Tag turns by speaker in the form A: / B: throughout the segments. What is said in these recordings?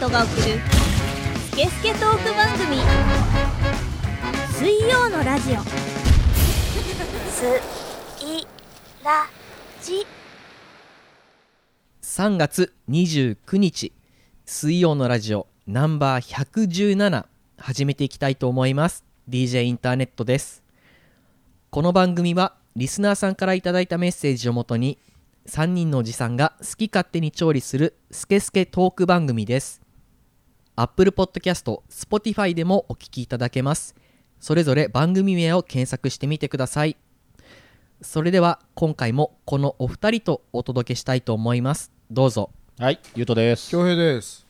A: トが送るスケスケトーク番組水曜のラジオ
B: すいらじ
C: 3月29日水曜のラジオナンバー117始めていきたいと思います DJ インターネットですこの番組はリスナーさんからいただいたメッセージをもとに3人のおじさんが好き勝手に調理するスケスケトーク番組です Apple Podcast、Spotify でもお聞きいただけますそれぞれ番組名を検索してみてくださいそれでは今回もこのお二人とお届けしたいと思いますどうぞ
D: はい、ゆうとです。
E: 恭平です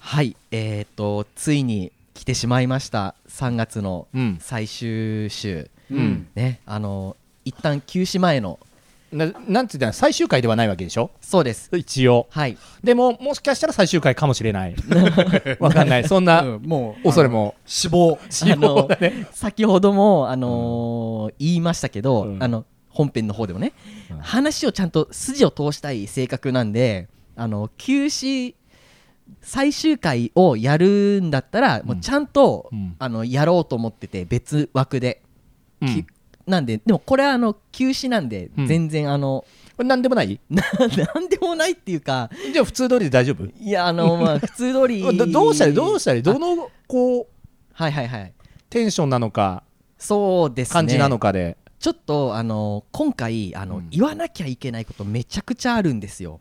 C: はい、えー、とついに来てしまいました3月の
D: うん
C: 最終週、
D: うん。
C: ねあの一旦休止前の
D: ななんつったら最終回ではないわけでしょ
C: そうです
D: 一応。
C: はい
D: でも、もしかしたら最終回かもし れない。わかんない。そんな
E: うんもう
D: 恐れも。
E: 死亡
C: あの先ほども、あのー言いましたけど、
D: うん
C: あの本編の方でもね、
D: うん
C: 話をちゃんと筋を通したい性格なんであの休止最終回をやるんだったら、もうちゃんと、
D: うん
C: あのやろうと思ってて別枠で、
D: う
C: き
D: ん
C: なんででもこれはあの休止なんで、
D: うん
C: 全然あの
D: これ何でもない
C: なんでもないっていうか
D: じゃあ普通通りで大丈夫
C: いやあ のまあ普通通り
D: どどうしたらいいどうしたらいいどの、こう、
C: はいはいはい
D: テンションなのか、
C: そうですね
D: 感じなのかで。
C: ちょっとあの今回あの、
D: うん
C: 言わなきゃいけないことめちゃくちゃあるんですよ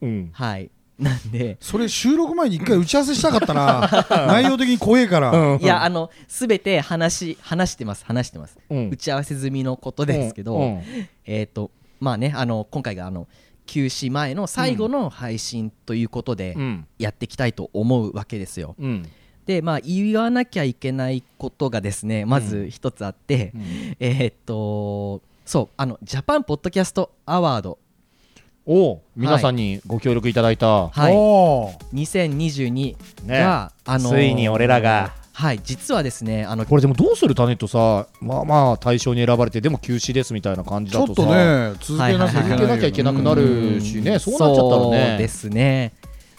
D: うん。
C: はいなんで
E: それ収録前に一回打ち合わせしたかったな内容的に怖えから、
D: うん
C: いやあの全て話し話してます話してます、
D: うん
C: 打ち合わせ済みのことですけど、
D: うん
C: えっ、とまあねあの今回があの休止前の最後の配信ということで、
D: うん。
C: やっていきたいと思うわけですよ
D: うん。
C: でまあ言わなきゃいけないことがですねまず一つあって、
D: うん
C: えーっとそうあのジャパンポッドキャストアワード
D: おう皆さんにご協力いただいた。
C: はい
E: おー
C: 2022が、
D: ね
C: あの
D: ついに俺らが
C: はい実はですねあの
D: これでもどうするタネットさ、まあまあ対象に選ばれて、でも休止ですみたいな感じ
E: ち
D: だ
E: ょ
D: と
E: っ
D: さ。
E: とね続けな
C: はいは
E: きゃいけない,、
C: いはい
D: 続けなきゃいけなくなるしねそうなっちゃったらね
C: そうですね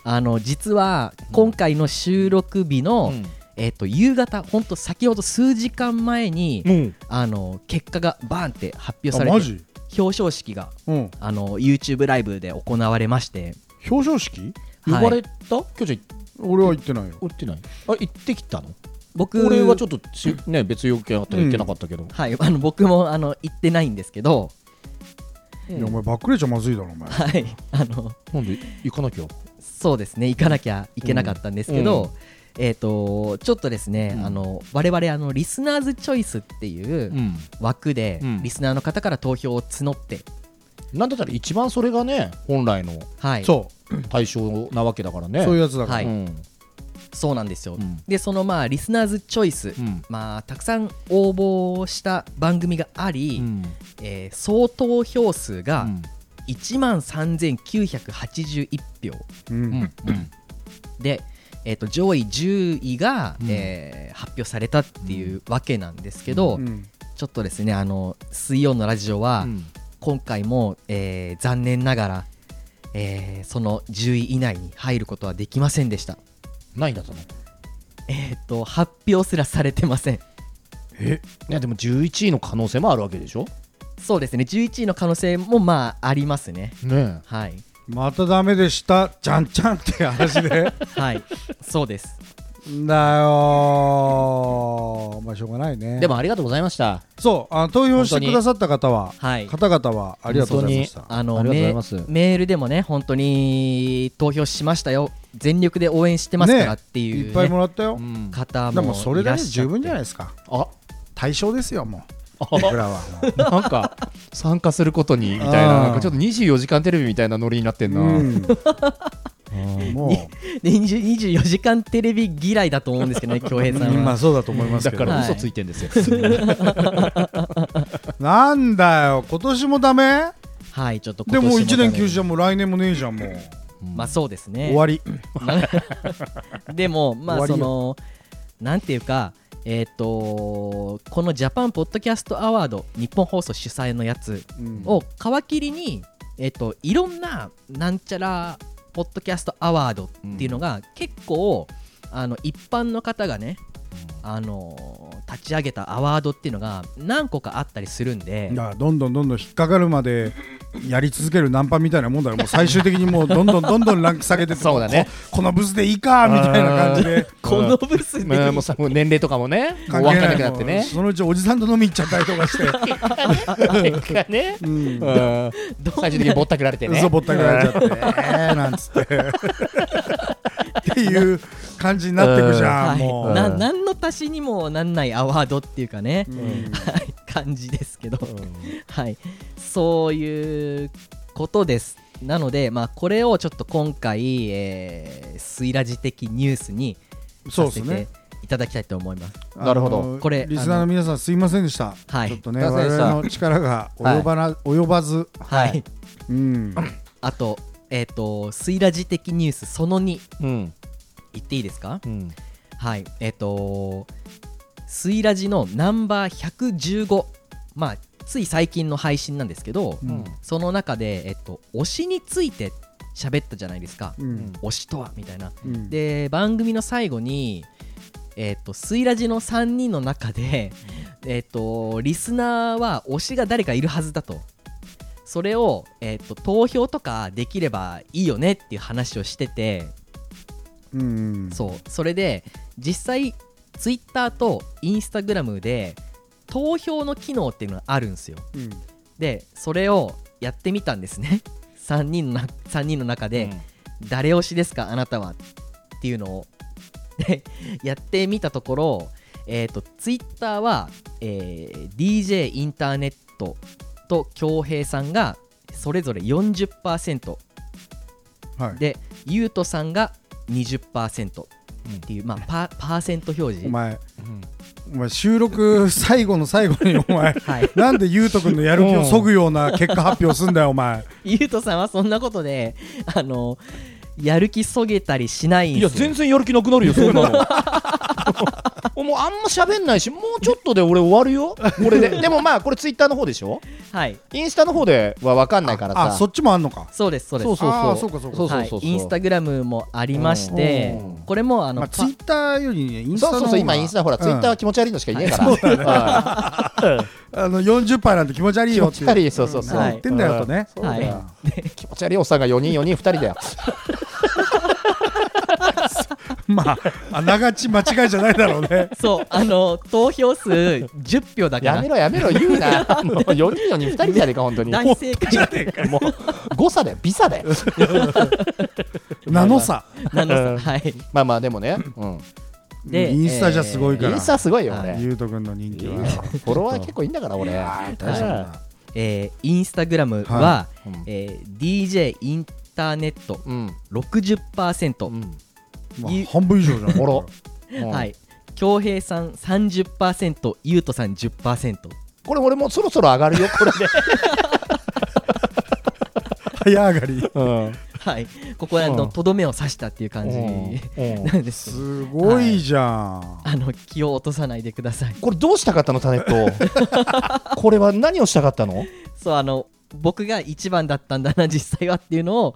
C: あの実は今回の収録日の、
D: うん
C: えーっと夕方ほんと先ほど数時間前に、
D: うん。
C: あの結果がバーンって発表され
E: あマ
C: て
E: ジ、
C: 表彰式が
E: うん、
C: あの YouTube ライブで行われまして
E: 表彰式
D: 呼ばれ
C: はい
D: たきょうちゃん
E: 俺は行ってないよ
D: 行ってないあ行ってきたの
C: 僕
D: 俺はちょっとしね別要件あったら行けなかったけど、
C: はい、あの僕もあの行ってないんですけど、
E: いやお前バックレちゃまずいだろお前
C: はい、あの
D: なんで行かなきゃ
C: そうですね行かなきゃいけなかったんですけど、
D: うん
C: えー、とちょっとですね、
D: うん
C: あの我々あのリスナーズチョイスっていう
D: うん
C: 枠で、
D: うん
C: リスナーの方から投票を募って、
D: なんだったら一番それがね本来の
C: はい、そ
E: そ
D: 対象なわけだから
E: う
D: ね
E: そういうやつだから、
C: はいう
E: うん
D: ん
C: うなんですよ、
D: うん
C: でそのまあリスナーズチョイス、
D: うん
C: まあ、たくさん応募した番組があり、
D: うん
C: えー総投票数
D: う
C: が
D: ん
C: 1万3981票
E: うん
D: うん
C: で、えー、と上位10位が、
D: うん
C: えー発表されたっていうわけなんですけど、
E: うん
C: ちょっとですねあの水曜のラジオは、
D: うん
C: 今回も、えー残念ながら、えーその10位以内に入ることはできませんでした。
D: ないんだったのい
C: えっ、と発表すらされてません。
E: え
D: やでも11位の可能性もあるわけでしょ
C: そうですね11位の可能性もまあありますね。
D: ね
C: はい
E: またダメでしたじゃんじゃんって話で
C: はいそうです。
E: だよーまあしょうがないね
D: でもありがとうございました
E: そうあ投票してくださった方は、
C: はい
E: 方々はありがとうございました
C: あの
D: ありがとうござ
C: メ
D: います
C: メールでもね本当に投票しましたよ全力で応援してますからっていうね、
E: いっぱいもらったよ、
D: うん
C: 方
E: で
C: も
E: もそれだけで十分じゃない
C: い
E: ですか
D: あ
E: 対象ですよも う
D: あ
E: 僕らはも
D: なんか参加することにみたいな
E: あー
D: なんかちょっと24時間テレビみたいなノリになってんな、
E: う、うん、 も
C: らしゃって20 24時間テレビ嫌いだと思うんですけ どね恭平
E: う
C: さん
E: まあ
C: は
E: そうだと思います
D: だ
E: け
D: か
E: ど、
D: ら
C: はい
D: 嘘ついてんです よ、
E: なんだよ今年もダメ
C: はいちょっと今
E: で
C: 年
E: もう
C: ね
E: 1年休止じゃもう来年もねえじゃんもう
C: まあそうですね
E: 終わり
C: でもまあ
E: 終
C: そ
E: わりよ
C: のなんていうかえっ、とこのジャパンポッドキャストアワード日本放送主催のやつ
E: うん
C: を皮切りにえっ、といろんななんちゃらポッドキャストアワードっていうのが結構あの一般の方がねあのー立ち上げたアワードっていうのが何個かあったりするんで
E: だからどんどんどんどん引っかかるまでやり続けるナンパみたいなもんだよもう最終的にもうどんどんどんどんランク下げてって
D: そうだね
E: ここのブスでいいかみたいな感じで
C: このブス
D: まあも
C: で
D: うさもう年齢とかもねも
E: 関
D: う
E: 係
D: 分かん
E: な
D: ないくなって
E: も
D: ね
E: うそのうちおじさんと飲み行っちゃったりと かして、
D: 結果ね
E: うん
D: うん
C: どんな
D: 最終的にぼったくられてね
E: 嘘ぼったくられちゃってえーなんつってっていう感じになってくじゃ
C: は
E: ん
C: い
E: もう、
C: な
D: うん
C: 何の足しにもなんないアワードっていうかね
E: う、
D: ん
C: はい感じですけど、
D: うん
C: はい、そういうことです。なので、まあ、これをちょっと今回、えー、スイラジ的ニュースに
E: そう
C: さ
E: です
C: せ
E: ね
C: ていただきたいと思います。
E: あの
D: なるほど
C: これ
E: リスナーの皆さんすいませんでした、
C: はい
E: ちょっとね
D: すいませんで
E: 我
D: した
E: 々の力が及ばな、及ばず、
C: はい、
E: うん、
C: あと、えっ、と、スイラジ的ニュースその2、
D: うん
C: 言っていいですか
D: うん
C: はい、えっ、と、スイラジのナンバー115、まあ、つい最近の配信なんですけど、
E: うん
C: その中で、えっと、推しについて喋ったじゃないですか。
E: うん
C: 推しとはみたいな。
E: うん、
C: で番組の最後にえっ、とスイラジの3人の中でえっ、とリスナーは推しが誰かいるはずだとそれを、えっと投票とかできればいいよねっていう話をしてて
E: うん、
C: そうそれで実際ツイッターとインスタグラムで投票の機能っていうのがあるんですよ
E: うん、
C: でそれをやってみたんですね3人のな3人の中で、誰推しですかあなたはっていうのを でやってみたところ、えー、とツイッターは、えー DJ インターネットと恭平さんがそれぞれ40%
E: はい
C: でゆうとさんが20%っていう、まあ、 パパーセント表
E: お
C: 示
E: 前
D: うん
E: お前収録最後の最後にお前
C: はい
E: なんでゆうとくんのやる気をそぐような結果発表すんだよお前
C: ゆうとさんはそんなことであのやる気そげたりしないん
D: い
C: で
D: や
C: すよ
D: 全然やる気なくなるよそんなの もうあんま喋んないしもうちょっとで俺終わるよこれででもまあこれツイッターの方でしょ
C: はい
D: インスタの方では分かんないからさ
E: あそっちもあんのか
C: そうですそうです
D: そうそう
E: あー
D: そ
E: そううかそうか
D: そう
C: は
D: そう
C: い
D: そう、
C: インスタグラムもありまして
D: うん
C: これもあの、
E: まあ、ツ
C: パ
E: イッターよりねインス
D: そ
E: タ
D: う
E: の
D: そうそ
E: 方が
D: う今インスタほら、
E: うん
D: ツイッターは気持ち悪いのしか言えねえから、は
E: あの40杯なんて気持ち悪
D: い
E: い
D: 気
E: よ
D: 持
E: って
D: ち悪いそうそうそう、
C: はい
E: 言ってんだよとね、
D: そうだよ
C: は
D: 気持ち悪いおっさんが4人4人2人だよ
E: まああながち間違いじゃないだろう ね
C: そう、あの、投票数10票だから。
D: やめろやめろ言う なもう4人4人2人じゃねえか本当に
C: 大正解
D: もう誤差だよ微差だよ
E: 名のさ
C: な
D: うん
C: のさ、はい。
D: まあまあでもね、うん、
C: で
E: インスタじゃすごい
D: イ
E: から、
D: ンスタすごいよ
C: は
D: 俺、
E: ゆうとくんの人気
D: いいよ
E: は
D: フォロワー結構いいんだから俺
E: 大丈夫だな
C: えーインスタグラムは、
E: は
D: うん
C: えー DJ インターネット
D: うん
C: 60%、
D: うん
E: ま
C: ゆ
E: あ、半分以上じゃない
D: おろうん
C: はい。恭平さん30%、ゆうとさん10%。
D: これ俺もうそろそろ上がるよこれ で、
E: 早上がり
D: うん
C: はい。ここはあの
D: うん
C: とどめを刺したっていう感じ
D: うん
C: なんですけど。
E: すごいじゃん、
C: あの気を落とさないでください。
D: これどうしたかったのタネット これは何をしたかったの
C: そうあの僕が一番だったんだな 実際はっていうのを、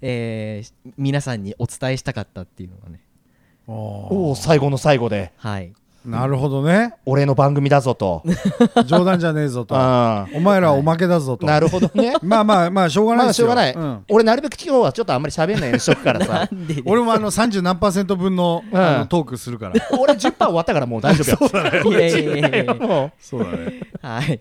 C: えー皆さんにお伝えしたかったっていうのがね
E: お
D: おお最後の最後で
C: はい
E: ーなるほどね
D: 俺の番組だぞと
E: 冗談じゃねえぞと
D: あ
E: お前らはおまけだぞと、
D: なるほど ね
E: まあまあまあしょうがない
D: まあ
E: です
D: しょ
E: よ
D: うがない、
E: うん
D: 俺なるべく今日はちょっとあんまり喋んないようにしとくから さ
C: でです
E: 俺もあの30何パーセント分の,、
D: うん
E: あのトークするから
D: 俺10%終わったからもう大丈夫
C: い
D: よ
C: やいやいやいや
D: も
E: そうだね
C: はい、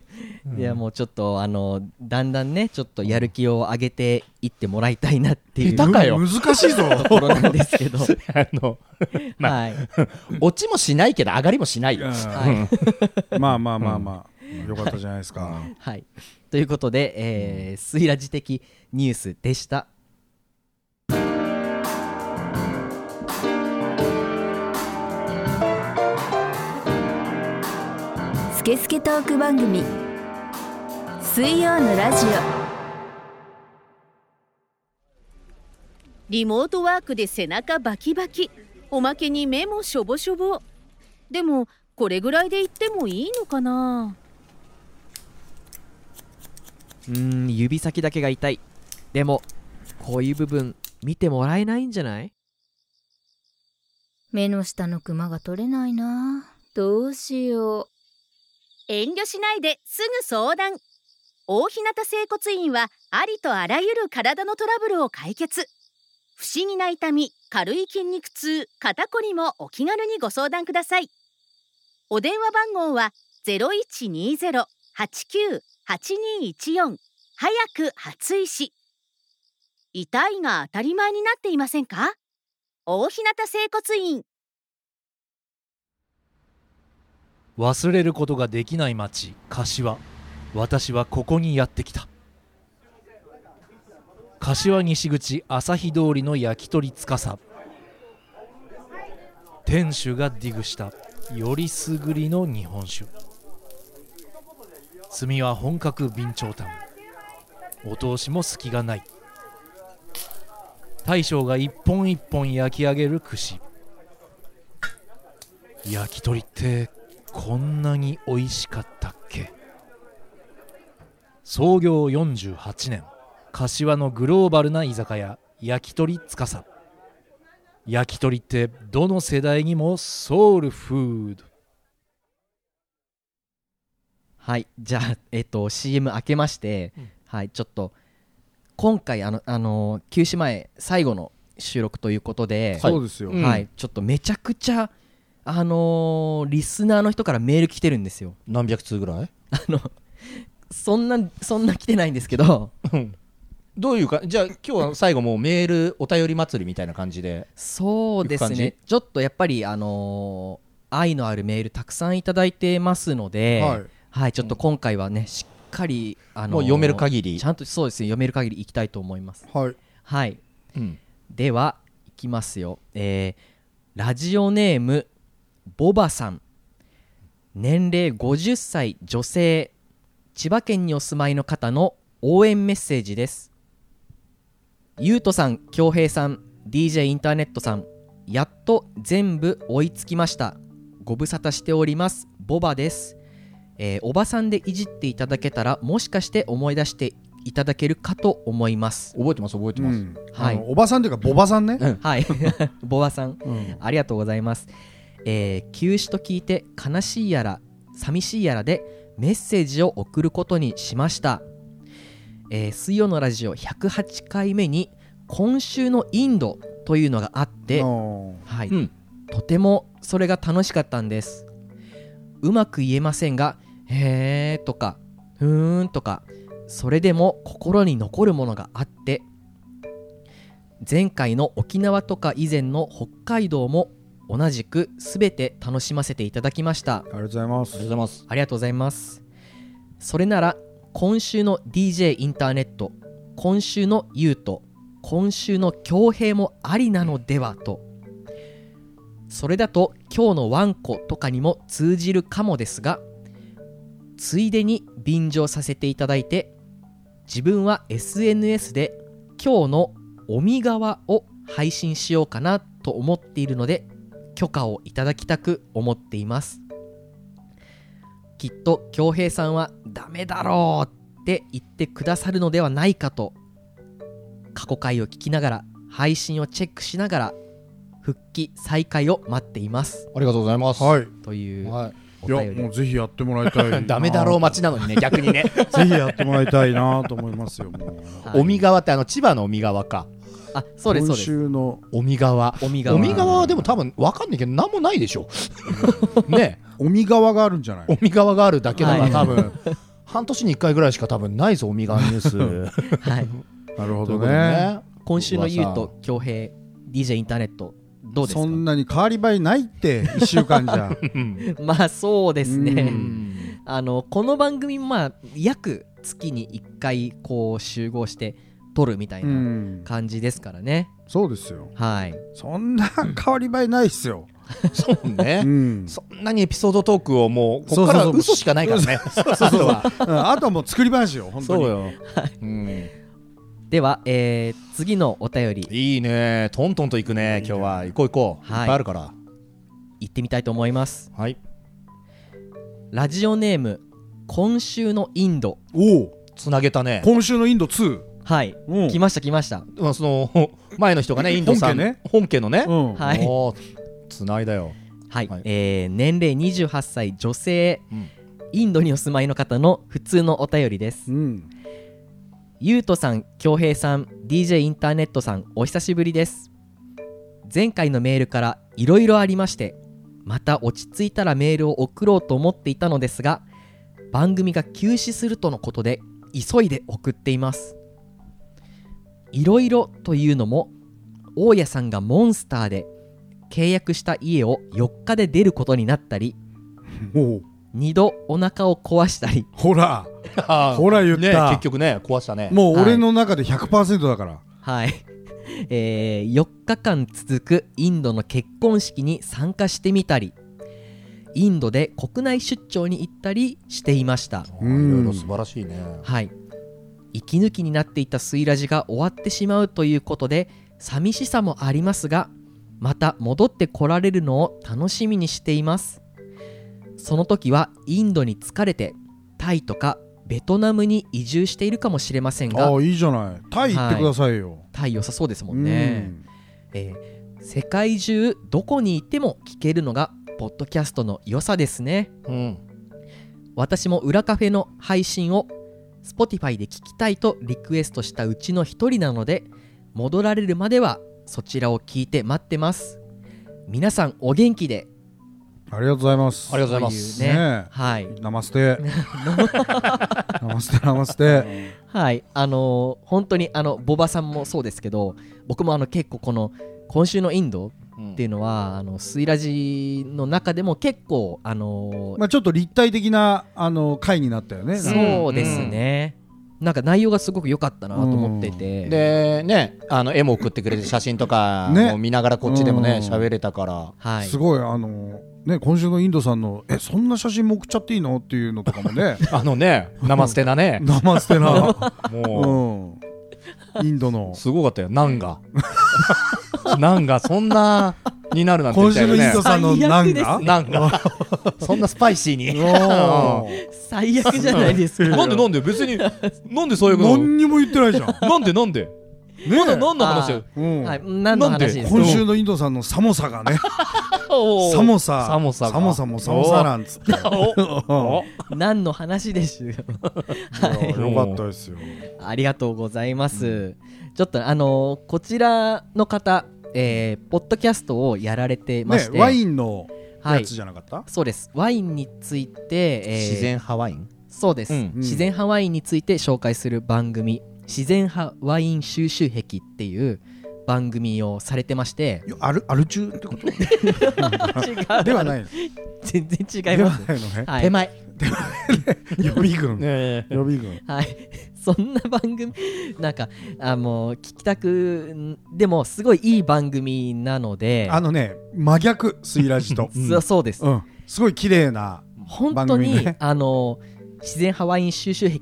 C: いやもうちょっとあのだんだんねちょっとやる気を上げていってもらいたいなっていう
D: 下手かよ
E: 難しいぞ
C: ところなんです けど、
D: うあのま
C: はい、
D: 落ちもしないけど上がりもしないよ、
C: は
E: まあまあまあまあよかったじゃないですか
C: はい、ということで、えー、スイラジ的ニュースでした
B: スケスケトーク番組水曜のラジオ
F: リモートワークで背中バキバキおまけに目もしょぼしょぼでもこれぐらいで言ってもいいのかな
C: うーん指先だけが痛いでもこういう部分見てもらえないんじゃない
B: 目の下のクマが取れないなどうしよう
F: 遠慮しないですぐ相談大日向整骨院はありとあらゆる体のトラブルを解決不思議な痛み軽い筋肉痛肩こりもお気軽にご相談くださいお電話番号は0120-89-8214早く初医師痛いが当たり前になっていませんか大日向整骨院
G: 忘れることができない町柏私はここにやってきた柏西口朝日通りの焼き鳥司店主がディグしたよりすぐりの日本酒炭は本格備長炭お通しも隙がない大将が一本一本焼き上げる串焼き鳥ってこんなに美味しかったっけ創業48年柏のグローバルな居酒屋焼き鳥つかさ焼き鳥ってどの世代にもソウルフード
C: はいじゃあ、えっと CM 明けまして、はいちょっと今回あの、あのー休止前最後の収録ということで、はい
E: そうですよ、
D: うん
C: ちょっとめちゃくちゃあのーリスナーの人からメール来てるんですよ
D: 何百通ぐらい
C: あのそんなそんな来てないんですけど
D: どういうかじゃあ今日は最後もうメールお便り祭りみたいな感じで
C: そうです
D: いく感
C: ねちょっとやっぱりあのー愛のあるメールたくさんいただいてますので、
E: はい
C: はい、ちょっと今回はね、しっかり、あの
D: もう読める限り
C: ちゃんとそうですね、読める限りいきたいと思います。
E: はい
C: はい、
D: うん
C: では、いきますよ。えーラジオネーム、ボバさん。年齢50歳女性。千葉県にお住まいの方の応援メッセージです。ゆうとさん、きょうへいさん、DJ インターネットさん、やっと全部追いつきました。ご無沙汰しております。ボバです。えーおばさんでいじっていただけたらもしかして思い出していただけるかと思います
D: 覚えてます覚えて
E: う
D: ます、
E: ん
C: はい
E: あのおばさんというかボバさんね、
C: はい ボワさんありがとうございます、えー休止と聞いて悲しいやら寂しいやらでメッセージを送ることにしました、えー水曜のラジオ108回目に今週のインドというのがあって
E: あー
C: はい、
D: うん
C: とてもそれが楽しかったんですうまく言えませんが「へー」とか「ふーん」とかそれでも心に残るものがあって前回の沖縄とか以前の北海道も同じく全て楽しませていただきました
E: ありがとうございます
D: ありがとうございます
C: ありがとうございますそれなら今週の DJ インターネット今週のゆうと今週の恭平もありなのではとそれだと今日のワンコとかにも通じるかもですがついでに便乗させていただいて自分は SNS で今日の「おみがわ」を配信しようかなと思っているので許可をいただきたく思っていますきっと恭平さんは「ダメだろう!」って言ってくださるのではないかと過去回を聞きながら配信をチェックしながら復帰再開を待っています
D: ありがとうございます
E: はい
C: という
D: はい
C: お
E: い
C: 便
E: や
C: り
E: もうぜひやってもらいた い
D: ダメだろう
E: ま
D: 町なのにね逆にね
E: ぜひやってもらいたいなと思いますよもう
C: はい
D: 尾身川ってあの千葉の尾身川か
C: あそうですそう
E: 今
C: です
E: 週の
D: 尾身川
C: 尾身川
D: 尾身川はでも多分わかんないけど何もないでし ょね
E: 尾身川があるんじゃない
D: 尾身川があるだけだから
C: はい
D: 多分半年に1回ぐらいしか多分ないぞ尾身川ニュース
C: はい、
E: なるほ
D: ということ
E: ど
D: で
E: ね
D: ね
C: 今週のゆう
D: まあさ
C: と恭平 DJ インターネットどうです
E: そん
C: か
E: なに変わり映えないって1週間じゃ
C: まあそうです
E: う
C: ね
E: ん
C: あのこの番組もまあ約月に1回こう集合して撮るみたいうなん感じですからね、
E: そうですよ
C: はい
E: そんな変わり映えないっすよ、
D: そう
E: う
D: ね
E: ん、
D: そんなにエピソードトークをもうここからは
E: そうそうそう
D: 嘘しかないからね そう
E: そうそううんあとはもう作り話よ本当に
D: ようん
C: では、えー次のお便り
D: いいねトントンと行くね今日は行こう行こういっ
C: は
D: ぱ
C: い
D: いあるから
C: 行ってみたいと思います
D: はい
C: ラジオネーム今週のインド
E: おお
D: つなげたね
E: 今週のインド2
C: はい、
E: うん
C: 来ました来ました
D: うんその前の人 がねインドさん
E: 本家ね
D: 本家のね、
E: うん
C: はい
D: おーつないだよ
C: はい、
D: はい
C: えー年齢28歳女性、
D: うん
C: インドにお住まいの方の普通のお便りです
E: うん
C: ゆうとさん、きょうへいさん、DJ インターネットさん、お久しぶりです。前回のメールからいろいろありまして、また落ち着いたらメールを送ろうと思っていたのですが、番組が休止するとのことで、急いで送っています。いろいろというのも、大家さんがモンスターで、契約した家を4日で出ることになったり、
E: おう
C: 2度お腹を壊したり、
E: ほら
D: ほ
E: ほら言った
D: ね結局ね壊したね
E: もう俺の中で100%だから、
C: はい、 えー4日間続くインドの結婚式に参加してみたりインドで国内出張に行ったりしていました
D: あーいろいろ素晴らしいね
C: はい息抜きになっていたスイラジが終わってしまうということで寂しさもありますがまた戻ってこられるのを楽しみにしていますその時はインドに疲れてタイとかベトナムに移住しているかもしれません
E: あ
C: が
E: あいいじゃないタイ行ってくださいよ、
C: タイ良さそうですも
E: うんん
C: ね、えー世界中どこにいても聞けるのがポッドキャストの良さですね
D: うん
C: 私も裏カフェの配信を Spotify で聞きたいとリクエストしたうちの一人なので戻られるまではそちらを聞いて待ってます皆さんお元気で
E: ありがとうございます
D: ありがとうございます
C: というね
E: ね
C: はい
E: ナマステナマステナマステ
C: はいあのー本当にあのボバさんもそうですけど僕もあの結構この今週のインド
D: うん
C: っていうのは、あのスイラジの中でも結構あのー
E: まあちょっと立体的なあの回になったよねなんか
C: そうですね、なんか内容がすごく良かったなと思ってて、
D: でねあの絵も送ってくれて写真とか
E: ね
D: も見ながらこっちでもね
E: うん
D: 喋れたから
C: はい
E: すごいあのね今週のインドさんのえそんな写真も送っちゃっていいのっていうのとかもね
D: あのね 生捨てなね
E: ナマス テな
D: も
E: うんインドの
D: うすごかったよナン がナンがそんなになる なんて
E: 今
D: みた
E: 週
D: い
E: の
D: なね
E: インドさんの何が
D: ナンが そんなスパイシーに
E: お
D: う
E: ー
C: 最悪じゃないですか
D: んなんでなんで別になんでそういうこと
E: 何にも言ってないじゃんね
D: なんでなんでまだ何の話だよ
E: うん
C: はい、何の話ですか
E: 今週のインドさんの寒さがね
D: おー
E: 寒さ
D: 寒さが
E: 寒さも寒さなんつってよ
D: おお
C: 何の話です よはい
E: かったですよ
C: ありがとうございます、ちょっとあのーこちらの方えーポッドキャストをやられてま
E: ね
C: して、
E: ワインの
C: は
E: や
C: い
E: つじゃなかった
C: そうですワインについて、えー
D: 自然ハワイン
C: そうです、
D: うん
C: 自然派ワインについて紹介する番組「自然派ワイン収集癖」っていう番組をされてまして
E: よアルアル中ってこ とではないの
C: 全然違い
E: で
C: ま
E: は
C: す
E: ないのね
C: はい、
D: 前
E: 予備軍
D: ね
E: 予備軍
C: はい、そんな番組なんかあもう聞きたくでもすごいいい番組なので
E: あのね真逆スイラジと
C: そそうです、
E: うんすごい綺麗な
C: 本
E: 番
C: 当
E: 組
C: に、
E: ね
C: あの自然ハワイン収集癖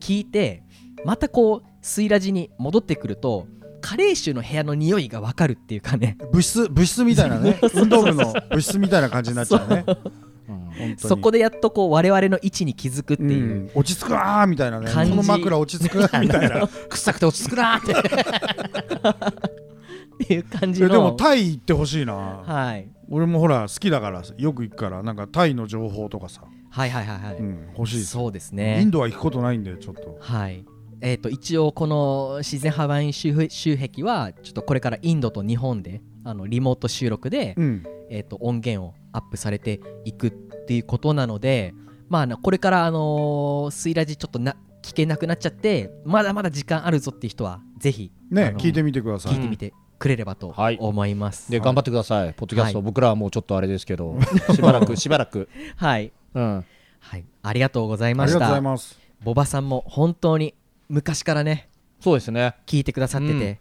C: 聞いてまたこうスイラジに戻ってくるとカレー臭の部屋の匂いがわかるっていうかね
E: 物質物質みたい なね運動部の物質みたいな感じになっちゃうね本当に
C: そこでやっとこう我々の位置に気づくって
E: う
C: いう、
E: ん落ち着くなーみたいなねこ
C: 感じ
E: の枕落ち着くなーみたいな
D: 臭くて落ち着くなーって
C: っていう感
E: い
C: じ
E: や
C: の
E: でもタイ行ってほしいな
C: はい、
E: 俺もほら好きだからよく行くからなんかタイの情報とかさ
C: はいはいはいはい、
E: うん欲しいです
C: そうですね
E: インドは行くことないんでちょっと
C: はい。えー、と一応この自然ハワイン周周壁はちょっとこれからインドと日本であのリモート収録で、
E: うん
C: えー、と音源をアップされていくっていうことなので、まああの、これから、あのースイラジちょっとな聞けなくなっちゃってまだまだ時間あるぞっていう人はぜひ、あ
E: ね
C: の
E: 聞いてみてくださ
C: 聞い
E: い
C: てみてくれればと
D: はい
C: 思います。
D: で頑張ってくださいポッドキャスト
C: はい
D: 僕らはもうちょっとあれですけ どしばらくしばらく
C: はい
D: うん
C: はい、ありがとうござい
E: あ
C: ま
E: り
C: し
E: がとうござ
C: た。
E: います
C: ボバさんも本当に昔からね
D: そうですね
C: 聞いてくださってて、
D: うん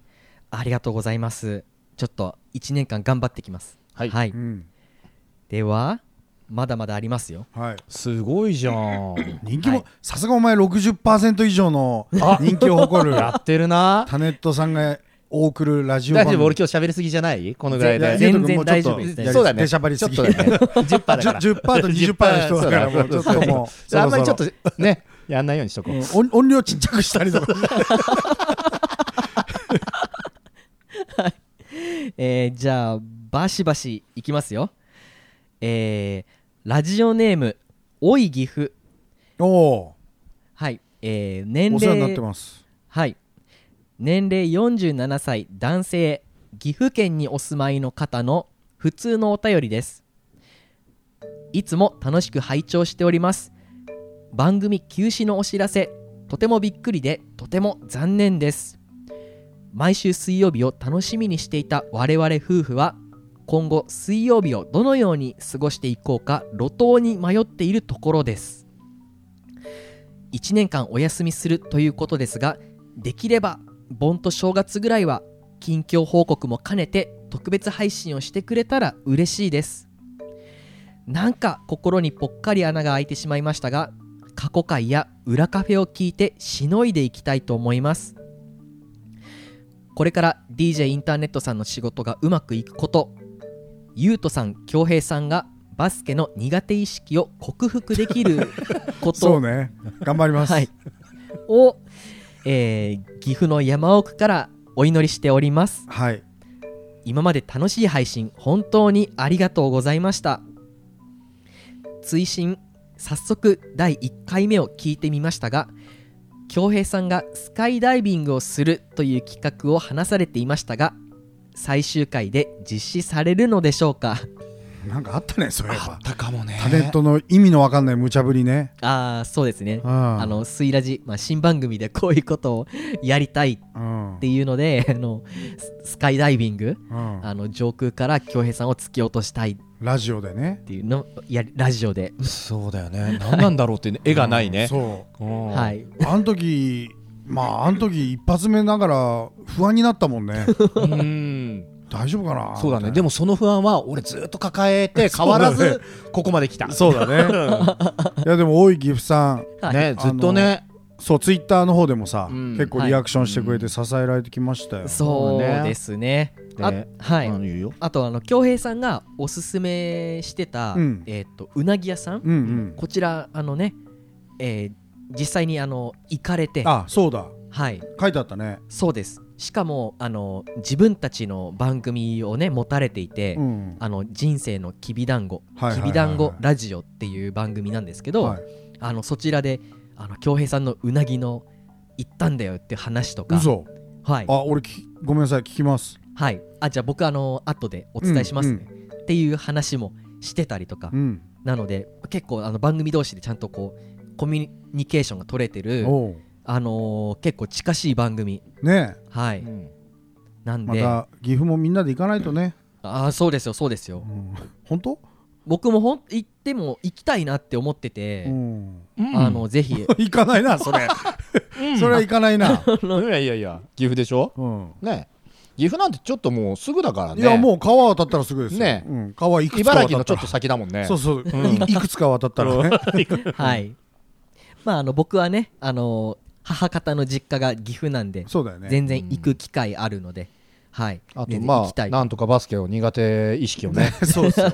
C: ありがとうございますちょっと1年間頑張ってきます
D: はい
E: うん
C: ではまだまだありますよ
E: はい
D: すごいじゃん
E: 人気も、
C: はい
E: さすがお前60%以上の
D: あ
E: 人気を誇 る
D: やってるな
E: タネットさんがお送るラジオ
D: 大
E: 番
D: 丈
E: 組
D: 夫俺今日喋りすぎじゃないこのぐらい
E: いや
D: で
C: 全
E: ゆうとくんもうちょっと
C: 全然大丈夫です
E: やり
D: そうだね
E: 出しゃばり
D: ちょ
E: す
D: っ
E: ぎ
D: とだね10%だから
E: 10%と20%の人だからもうちょっともう
D: あんまりちょっとねやんないようにしとこう。
E: 音音量ちっちゃくしたりとか
C: えーじゃあバシバシいきますよえーラジオネームおい岐阜
E: おお
C: はいえー年
E: ーお世話になっ
C: 齢
E: てます
C: はい年齢47歳男性岐阜県にお住まいの方の普通のお便りですいつも楽しく拝聴しております番組休止のお知らせとてもびっくりでとても残念です毎週水曜日を楽しみにしていた我々夫婦は今後水曜日をどのように過ごしていこうか路頭に迷っているところです1年間お休みするということですができれば盆と正月ぐらいは近況報告も兼ねて特別配信をしてくれたら嬉しいですなんか心にぽっかり穴が開いてしまいましたが過去回や裏カフェを聞いてしのいでいきたいと思いますこれから DJ インターネットさんの仕事がうまくいくことゆうとさん恭平さんがバスケの苦手意識を克服できること
E: そうね頑張ります、
C: はい、を、えー岐阜の山奥からお祈りしております
E: はい、
C: 今まで楽しい配信本当にありがとうございました追伸早速第1回目を聞いてみましたが恭平さんがスカイダイビングをするという企画を話されていましたが最終回で実施されるのでしょうか
E: なんかあったねそういえば
D: たかもね
E: タレントの意味のわかんない無茶ぶりね
C: ああそうですね
E: あ
C: あのスイラジ、まあ、新番組でこういうことをやりたい
E: うん
C: っていうので あのススカイダイビング
E: うん
C: あの上空から恭平さんを突き落としたいっ
E: ラジオでね
C: ていうのやラジオで、
D: そうだよね。何なんだろうってね絵がないね。
E: そ
D: うん
C: はい、
E: うあの時まああの時一発目ながら不安になったもん ね
D: うん。
E: 大丈夫かな
D: そうだね。
E: みた
D: で
E: い
D: もその不安は俺ずっと抱えて変わ ら
E: そうだ
D: ずここまで来た。
E: なそうだ ねいやでも大井岐阜さん
C: はい
D: ねずっとね。
E: そうツイッターの方でもさ、
D: うん
E: 結構リアクションしてくれて支えられてきましたよ、
C: そう
D: ね
C: ですねあ
D: で
C: はい、
D: あの言うよ。
C: あとあの恭平さんがおすすめしてた、
E: うん
C: えー、とうなぎ屋さん、
E: うんうん
C: こちらあのね、えー実際にあの行かれて
E: あそうだ
C: はい
E: 書いてあったね
C: そうですしかもあの自分たちの番組をね持たれていて、
E: うん
C: あの人生のきびだんご
E: はいはいはい
C: き
E: はい
C: びだんごラジオっていう番組なんですけど、
E: はい
C: あのそちらであの京平さんのうなぎの行ったんだよっていう話とか
E: 嘘
C: はい
E: あ俺きごめんなさい聞きます
C: はいあじゃあ僕あの後でお伝えしますね、っていう話もしてたりとか、
E: うん
C: なので結構あの番組同士でちゃんとこうコミュニケーションが取れてる
E: おう
C: あのー結構近しい番組
E: ねえ
C: はい、
D: うん
C: なん
E: ま
C: で、
E: た岐阜もみんなで行かないとね、
C: ああそうですよそうですよ、
E: うん、本当、
C: 僕もほん行っても行きたいなって思ってて、
E: うん、
C: あのぜ ひ
E: 行かないなそれそれは行かないな、
D: いやいやいや岐阜でしょ。
E: うん、
D: ね。岐阜なんてちょっともうすぐだからね。
E: いやもう川渡ったらすぐですよ
D: ね
E: うん、川いくつか
D: 茨
E: 渡っ
D: 城のち
E: た
D: ょ
E: ら
D: っと先だもんね。
E: そうそう、いいくつか渡ったらね
C: はいまああの僕はねあのー母方の実家が岐阜なんで
E: そうだよね
C: 全然行く機会あるので、はい全
D: あと
C: 然行
D: ま
C: きた
D: あ
C: い
D: なんとかバスケを苦手意識をね
E: そうですよ、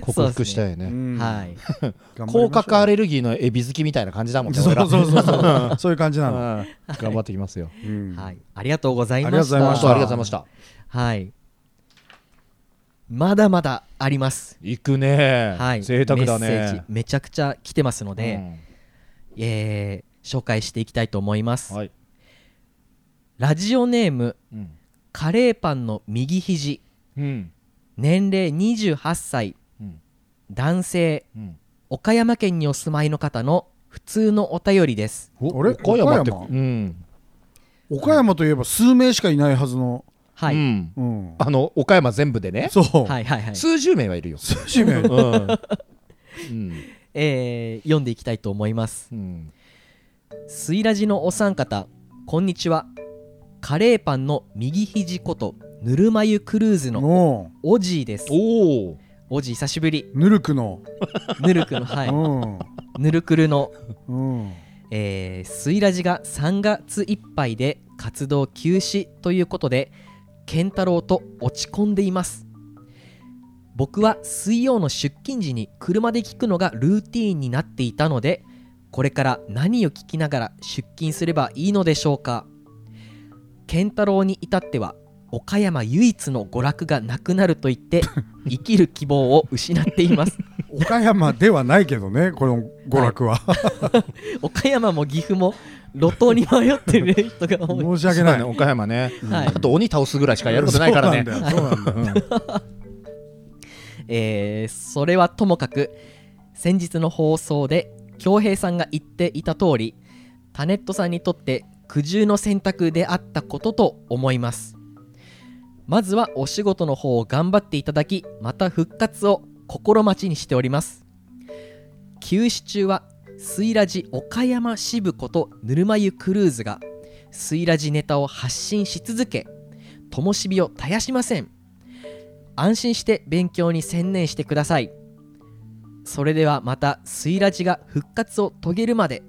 D: 克服したいよね。
E: うん
C: はい、
E: 頑張りましょう
D: 甲殻アレルギーのエビ好きみたいな感じだもんね。
E: そう
D: 俺
E: そう
D: ら
E: そうそうそういう感じなの、
D: うん頑張ってきますよ。
E: うん
C: はい、ありがとうございました
E: ありがとうございま
D: 本
E: し
D: 当
E: た
D: ありがとうございました。
C: はいまだまだあります
D: 行くね。
C: はい
D: 贅沢だ
C: メッセージ
D: ね。
C: めちゃくちゃ来てますので、えー紹介していきたいと思います、
D: うんはい。
C: ラジオネーム
D: うん
C: カレーパンの右肘
D: うん
C: 年齢28歳
D: うん
C: 男性
D: うん。
C: 岡山県にお住まいの方の普通のお便りです
D: お
E: あれ
D: 岡山って
E: 岡山
D: うん
E: 岡山といえば数名しかいないはずの、
C: はい、
D: うん
E: うん、
D: あの岡山全部でね。
E: そう、
C: はいはいはい
D: 数十名はいるよ。
E: 数十名
D: うんうん
C: えー読んでいきたいと思います
D: うん。
C: スイラジのお三方こんにちはカレーパンの右肘ことぬるま湯クルーズの
E: の
C: おじいです
D: おお。
C: おじい久しぶり
E: ぬるくの、
C: ぬるくのはいうぬるくるの、
E: んうん、
C: えースイラジが3月いっぱいで活動休止ということでケンタロウと落ち込んでいます僕は水曜の出勤時に車で聞くのがルーティーンになっていたのでこれから何を聞きながら出勤すればいいのでしょうか健太郎に至っては岡山唯一の娯楽がなくなると言って 生きる希望を失っています
E: 岡山ではないけどねこの娯楽は、
C: 岡山も岐阜も路頭に迷ってる人が多い、
E: 申し訳な
D: そうだ
E: い、
D: ね岡山ね、
C: はい
D: あと鬼倒すぐらいしかやることないからね
E: そうなんだよそうなんだよ
C: えーそれはともかく先日の放送で恭平さんが言っていた通りタネットさんにとって苦渋の選択であったことと思いますまずはお仕事の方を頑張っていただきまた復活を心待ちにしております休止中はスイラジ岡山支部ことぬるま湯クルーズがスイラジネタを発信し続けともしびを絶やしません安心して勉強に専念してくださいそれではまたスイラジが復活を遂げるまで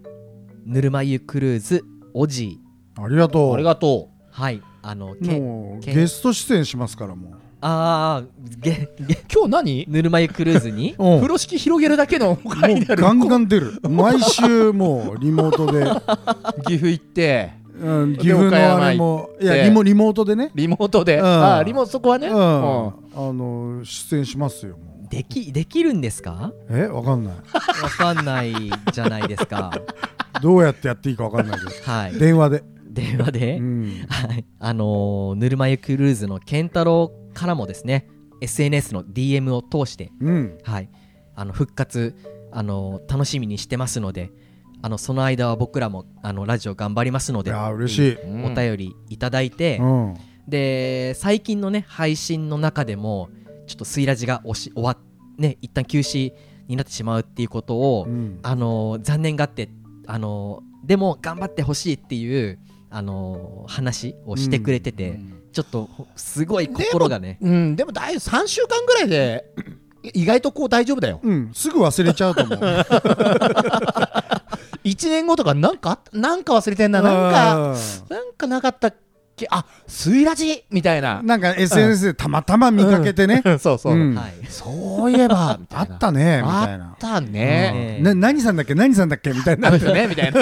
C: ぬるま湯クルーズおじい
E: ありがとう
D: ありがとう
C: はいあのけ
E: もう
C: け
E: ゲスト出演しますからも
C: ああげげ
D: 今日何
C: ぬるま湯クルーズ に
E: う、うん
D: 風呂敷広げるだけの
E: も
D: 回
E: う
D: になる
E: ガンガン出る毎週もうリモートで、
D: 岐阜行って
E: うん、岐阜のあれも
D: 岡山行
E: い
D: って
E: やリモリモートでね、
D: リモートで、
E: うん
D: ああリモートそこはね、
E: う
D: うん
E: ん、あの出演しますよもう
C: できできるんですか
E: えわかんない
C: わかんないじゃないですか
E: どうやってやっていいかわかんないけど
C: はい
E: 電話で、
C: 電話で、
E: うん、
C: はい、あのーぬるま湯クルーズの健太郎からもですね SNS の DM を通して、
E: うん、
C: はい、あの復活、あのー楽しみにしてますのであのその間は僕らもあのラジオ頑張りますの
E: い
C: で
E: やー嬉しい、
D: うん
C: お便りいただいて、
E: うん、
C: で最近のね配信の中でもちょっとスイラジが押し終わっね一旦休止になってしまうっていうことを、
E: うん
C: あのー残念がって、あのーでも頑張ってほしいっていう、あのー話をしてくれてて、ちょっとほすごい心がね
D: うん、でもだい3週間ぐらいで意外とこう大丈夫だよ
E: うん、すぐ忘れちゃうと 思う
D: 1年後とかなんかあったなんか忘れてんななんかなんかなかったっけあスイラジみたいな
E: うんなんか SNS でたまたま見かけてね、
D: そうそう、
E: うん
C: はい、
D: そういえばみた
E: あ
D: いな
E: ったねみたい
D: あ
E: な
D: った
C: うんね
D: ね、
E: な何さんだっけ何さんだっけみたいに
D: あ
E: なっ
D: ってた ねみたいな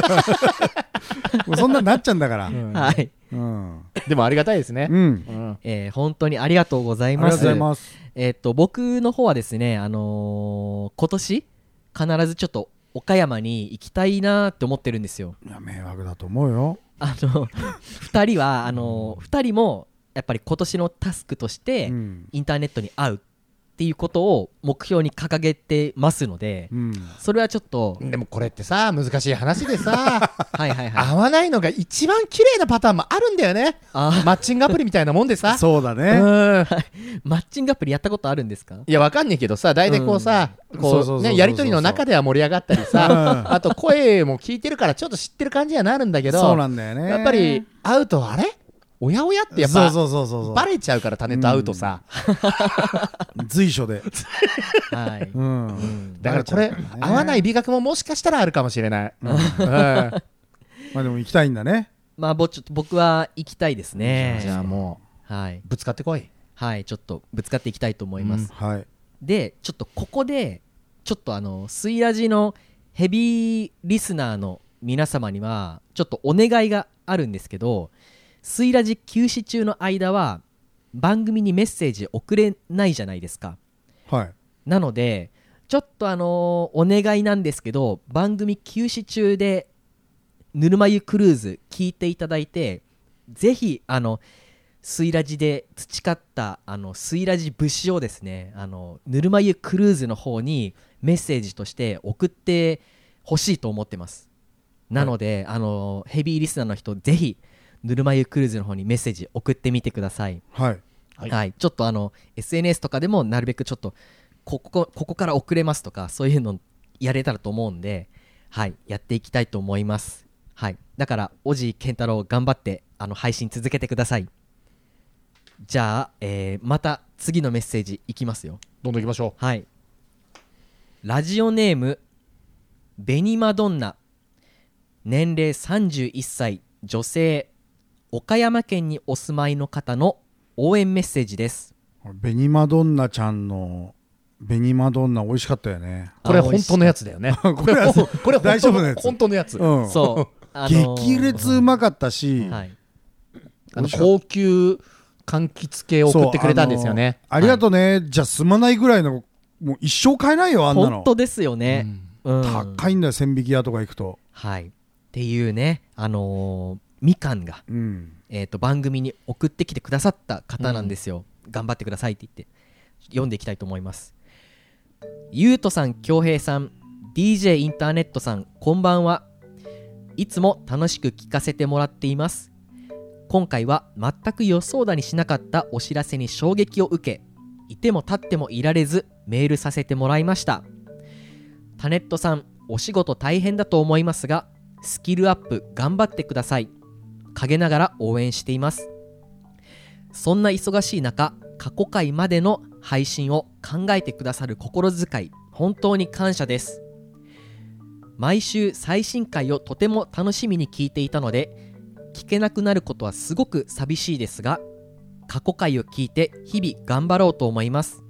E: もうそんなになっちゃうんだから
C: はい
E: うん、
D: でもありがたいですね
E: う、ん、
D: うん
C: えー本当にありがとうござい
E: ありが
C: ま
E: とうご
C: す
E: ざいます。
C: えっと僕の方はですねあのー今年必ずちょっと岡山に行きたいなーって思ってるんですよ
E: いや迷惑だと思うよ。
C: あの 二人はあのー二人もやっぱり今年のタスクとして、
E: うん、
C: インターネットに会うっていうことを目標に掲げてますので、
E: うん、
C: それはちょっと、
D: でもこれってさ難しい話でさ
C: はいはいはい。
D: 合わないのが一番綺麗なパターンもあるんだよね
C: あ
D: マッチングアプリみたいなもんでさ
E: そうだね。
D: うん
C: マッチングアプリやったことあるんですか
D: いやわかんねえけどさ大体こうさ、
E: うんそうそうそ
D: こう
E: うそう
D: ねやりとりの中では盛り上がったりさ、あと声も聞いてるからちょっと知ってる感じにはなるんだけど
E: そうなんだよね。
D: やっぱり会うとあれおやおやってやっぱ
E: そうそうそうそうそう
D: バレちゃうから種と会うとさ、
E: 随所で。
C: はい。
E: うん、
D: だからこれ、
E: バレちゃうからね
D: 会わない美学ももしかしたらあるかもしれない、うん
E: まあでも行きたいんだね。
C: まあ、ぼちょっと僕は行きたいですね。
D: じゃあも
C: はい。
D: うぶつかってこい
C: はい、ちょっとぶつかっていきたいと思います。
E: はい。
C: で、ちょっとここで、ちょっとあの、スイラジのヘビーリスナーの皆様には、ちょっとお願いがあるんですけど、スイラジ休止中の間は、番組にメッセージ送れないじゃないですか。
E: はい。
C: なのでちょっとあのーお願いなんですけど番組休止中で「ぬるま湯クルーズ」聞いていただいてぜひあのスイラジで培ったあのスイラジ節をですねあのぬるま湯クルーズの方にメッセージとして送ってほしいと思ってますなので、あのヘビーリスナーの人ぜひぬるま湯クルーズの方にメッセージ送ってみてください
E: はい。
C: は、
D: はいい
C: ちょっとあの SNS とかでもなるべくちょっとここここから遅れますとかそういうのやれたらと思うんで、はい、やっていきたいと思います、はい、だからおじ健太郎頑張ってあの配信続けてくださいじゃあ、えーまた次のメッセージいきますよ
D: どんどん行きましょ
C: はいラジオネームベニマドンナ年齢31歳女性岡山県にお住まいの方の応援メッセージです
E: ベニマドンナちゃんの紅マドンナ美味しかったよね。
D: これ本当のやつだよね
E: これは
D: ほんこれ本
E: 大丈
D: 当
E: 夫なや
D: の
E: つ
D: 本当のやつ、
E: うん、
C: そう、あのー
E: 激烈うまかったし、
C: はい、
D: あの高級柑橘系を送ってくれたんですよね
E: そうあのーありがとうね、じゃあすまないぐらいのもう一生買えないよあんな
C: 本
E: の
C: 当ですよね、うん
E: 高いんだよ千匹屋とか行くと
C: はい、っていうね、あのーみかんが、
E: うん
C: えー、と番組に送ってきてくださった方なんですよ、頑張ってくださいって言って読んでいきたいと思いますゆうとさん恭平さん DJ インターネットさんこんばんはいつも楽しく聞かせてもらっています今回は全く予想だにしなかったお知らせに衝撃を受けいても立ってもいられずメールさせてもらいましたタネットさんお仕事大変だと思いますがスキルアップ頑張ってください陰ながら応援していますそんな忙しい中過去回までの配信を考えてくださる心遣い本当に感謝です毎週最新回をとても楽しみに聞いていたので聞けなくなることはすごく寂しいですが過去回を聞いて日々頑張ろうと思います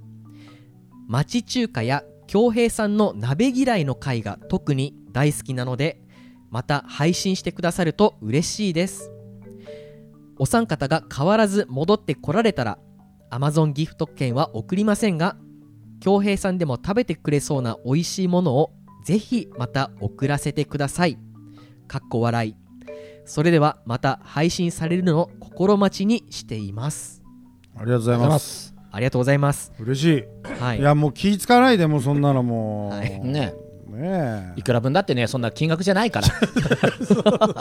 C: 町中華や京平さんの鍋嫌いの回が特に大好きなのでまた配信してくださると嬉しいですお三方が変わらず戻ってこられたら Amazon ギフト券は送りませんが恭平さんでも食べてくれそうな美味しいものをぜひまた送らせてくださいかっこ笑いそれではまた配信されるのを心待ちにしています
E: ありがとうございます
C: ありがとうございます
E: 嬉しい、
C: はい
E: い、やもう気ぃつかないでもうそんなのもう、
C: はい
D: ね
E: ね
D: いくら分だってねそんな金額じゃないから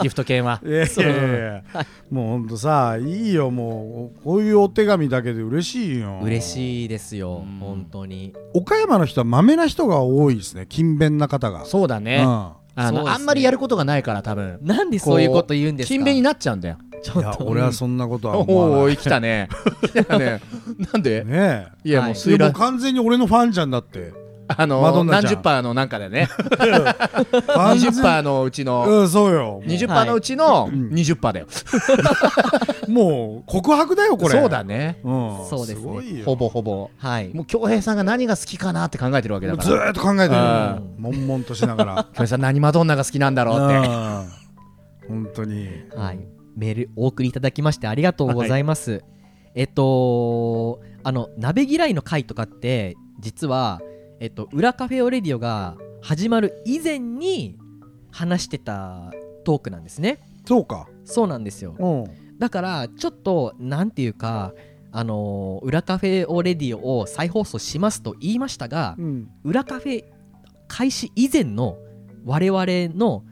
D: ギフト券は
E: えいやいやいやいやもうほんとさいいよもうこういうお手紙だけで嬉しいよ
C: 嬉
E: い
C: しいですよ本当に
E: 岡山の人はまめな人が多いですね勤勉な方が
D: そうだね、
E: うん
C: そ
D: あ
C: う
D: の
C: ですね
D: あんまりやることがないから多分
C: なんでそういうこと言うんですか
D: 勤勉になっちゃうんだよ
C: ち
E: い
C: ょ
E: や
C: っと
E: 俺はそんなことは思
D: お
E: わ
D: お
E: ない
D: 生きたね来たねなんで、
E: ね
D: いや
C: は
D: も
C: いう
E: え
D: 水
E: いやも
D: ラ
E: う完全に俺のファンじゃんだって
D: あ
E: マ
D: の
E: ドンナ
D: 何
E: ちゃん
D: 十パーのなんかでね
E: 完全
D: 20パーのうちの
E: うんそうよ
D: 20パーのうちの20パーだよ
E: もう告白だよこれ
D: そうだね
E: うん
C: そうですね
E: ごいよ
D: ほぼほぼ
C: はい
D: もう恭平さんが何が好きかなって考えてるわけだか
E: ず
D: ら
E: ーっと考えてる
D: あ
E: よ悶々としながら
D: 恭平さん何マドンナが好きなんだろうって
E: うん本当に
C: はい、メールお送りいただきましてありがとうございます。えっとあの鍋嫌いの回とかって実はえっと裏カフェオレディオが始まる以前に話してたトークなんですね。
E: そうか
C: そうなんですよ。
E: うん
C: だからちょっとなんていうか。あの裏カフェオレディオを再放送しますと言いましたが、
E: うん
C: 裏カフェ開始以前の我々の、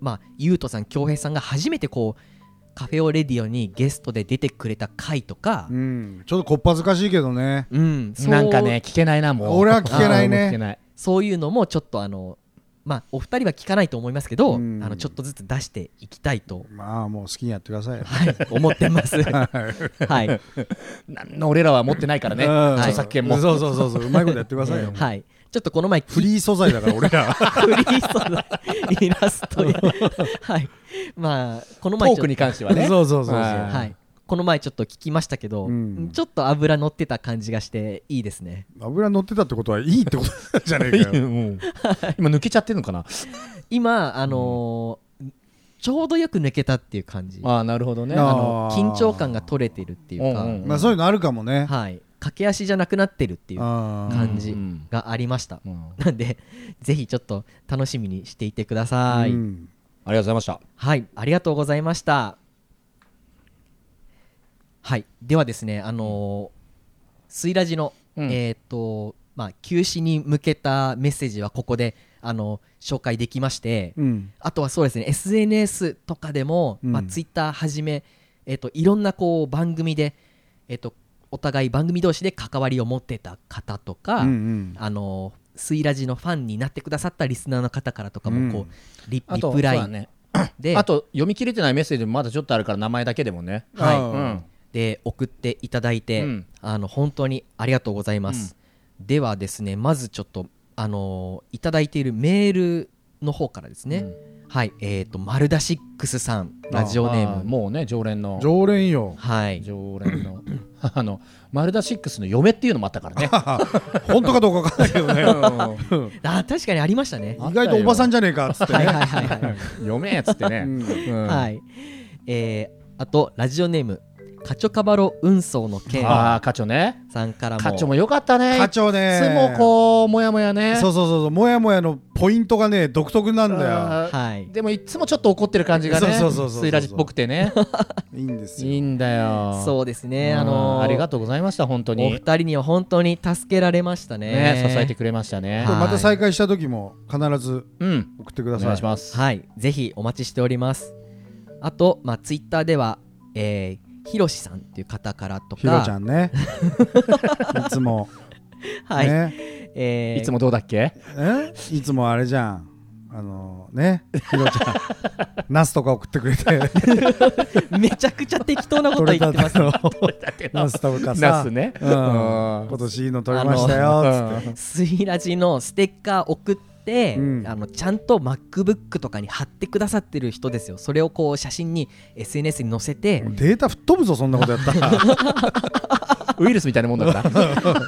C: まあ、ゆうとさん恭平さんが初めてこうカフェオレディオにゲストで出てくれた回とか
E: う、んちょっとこっぱずかしいけどね
C: うんそう
D: なんかね聞けないなもう
E: 俺は聞け ないね
D: あーもう聞けない
C: そういうのもちょっとあの、まあ、お二人は聞かないと思いますけど、
E: うん
C: あのちょっとずつ出していきたいと、
E: まあもう好きにやってくださ いよ
C: はい、思ってます。は
E: はい
C: い、
D: なんの俺らは持ってないからね
E: うん
D: 著作権も
E: そうそうそうそううまいことやってくださいよ
C: はい、ちょっとこの前
E: フ リー素材だから俺 ら
C: フリー素材イラストや、はいまあ、この
D: ト
C: 前ちょっ
D: ー
C: と
D: クに関してはね
E: そうそうそうそう
D: はい
C: はい、この前ちょっと聞きましたけど、
E: うん
C: ちょっと油乗ってた感じがしていいですね
E: 油乗ってたってことはいいってことなんじ ゃねえかよ
D: うん今抜けちゃってるのかな
C: 今あのーちょうどよく抜けたっていう感じあ
D: ああなるほどね
E: あー
C: の緊張感が取れてるっていうか、
D: うんうん
E: まあそういうのあるかもね
C: はい、駆け足じゃなくなってるっていう
E: あー
C: 感じ
D: うん
C: がありました、
D: うん
C: なんで ぜひちょっと楽しみにしていてください、
E: うん
D: ありがとうございました
C: はい、ありがとうございました。はい、ではですね、あのースイラジの、
D: うん
C: えーっと、まあ、休止に向けたメッセージはここで、あの紹介できまして、
E: うん
C: あとはそうですね、SNS とかでも、
E: うん
C: まあ、ツイッターはじめ、えーっと、いろんなこう番組で、えーっと、お互い番組同士で関わりを持ってた方とか、
E: うんうん
C: あのースイラジのファンになってくださったリスナーの方からとかもこう、
E: うん
C: リ
D: あ
C: リ
D: と
C: プラ
D: そうだ
C: イ
D: ね
C: で、
D: あと読み切れてないメッセージもまだちょっとあるから名前だけでもね
C: はい、
E: あー
D: うん
C: で送っていただいて、
D: うん
C: あの本当にありがとうございます、ではですねまずちょっとあのーいただいているメールの方からですね、
D: うん
C: はいえっ、とマルダシックスさんラジオネーム
D: もうね常連の
E: 常連よ
C: はい
D: 常連の あのマルダシックスの嫁っていうのもあったからね
E: 本当かどうかわかんないけどね
C: あ確かにありましたね
E: 意外とおばさんじゃねえかっつって
C: はいはい
E: ね
C: はいはい
D: 嫁っつってね、うん
C: はい、えー、あとラジオネームカチョカバロ運送の件
D: ああ課長ね
C: さんからも
D: 課長もよかったね
E: 課長ね
D: いつもこうもやもやね
E: そうそうそうそうもやもやのポイントがね独特なんだよ
D: あー
C: はい
D: でもいつもちょっと怒ってる感じがね
E: そうそうそうそう
D: スイラジっぽくてね
E: いいんです
D: い
E: よ
D: いんだよ
C: そうですね
D: うん
C: あのー
D: ありがとうございました本当に
C: お二人には本当に助けられましたね
D: ね支えてくれましたね
E: これま
C: は
E: た
C: い
E: 再会した時も必ず
D: うん
E: 送ってく
D: お
E: ださい
D: 願いします
C: はいぜひお待ちしておりますあとまあツイッターではえーひろしさんっていう方からとか
E: ひろちゃんねいつも
C: はい、
E: ね
C: えー
D: いつもどうだっけ
E: えいつもあれじゃんあのねひろちゃんナスとか送ってくれて
C: めちゃくちゃ適当なこと言ってます
E: 取れたてナスとか
D: ナ
E: さ
D: スね
E: うん今年いいの取れましたよつって
C: スイラジのステッカー送って、
E: うん
C: あのちゃんと MacBook とかに貼ってくださってる人ですよそれをこう写真に SNS に載せて
E: データ吹っ飛ぶぞそんなこと やったら
D: ウイルスみたいなもんだか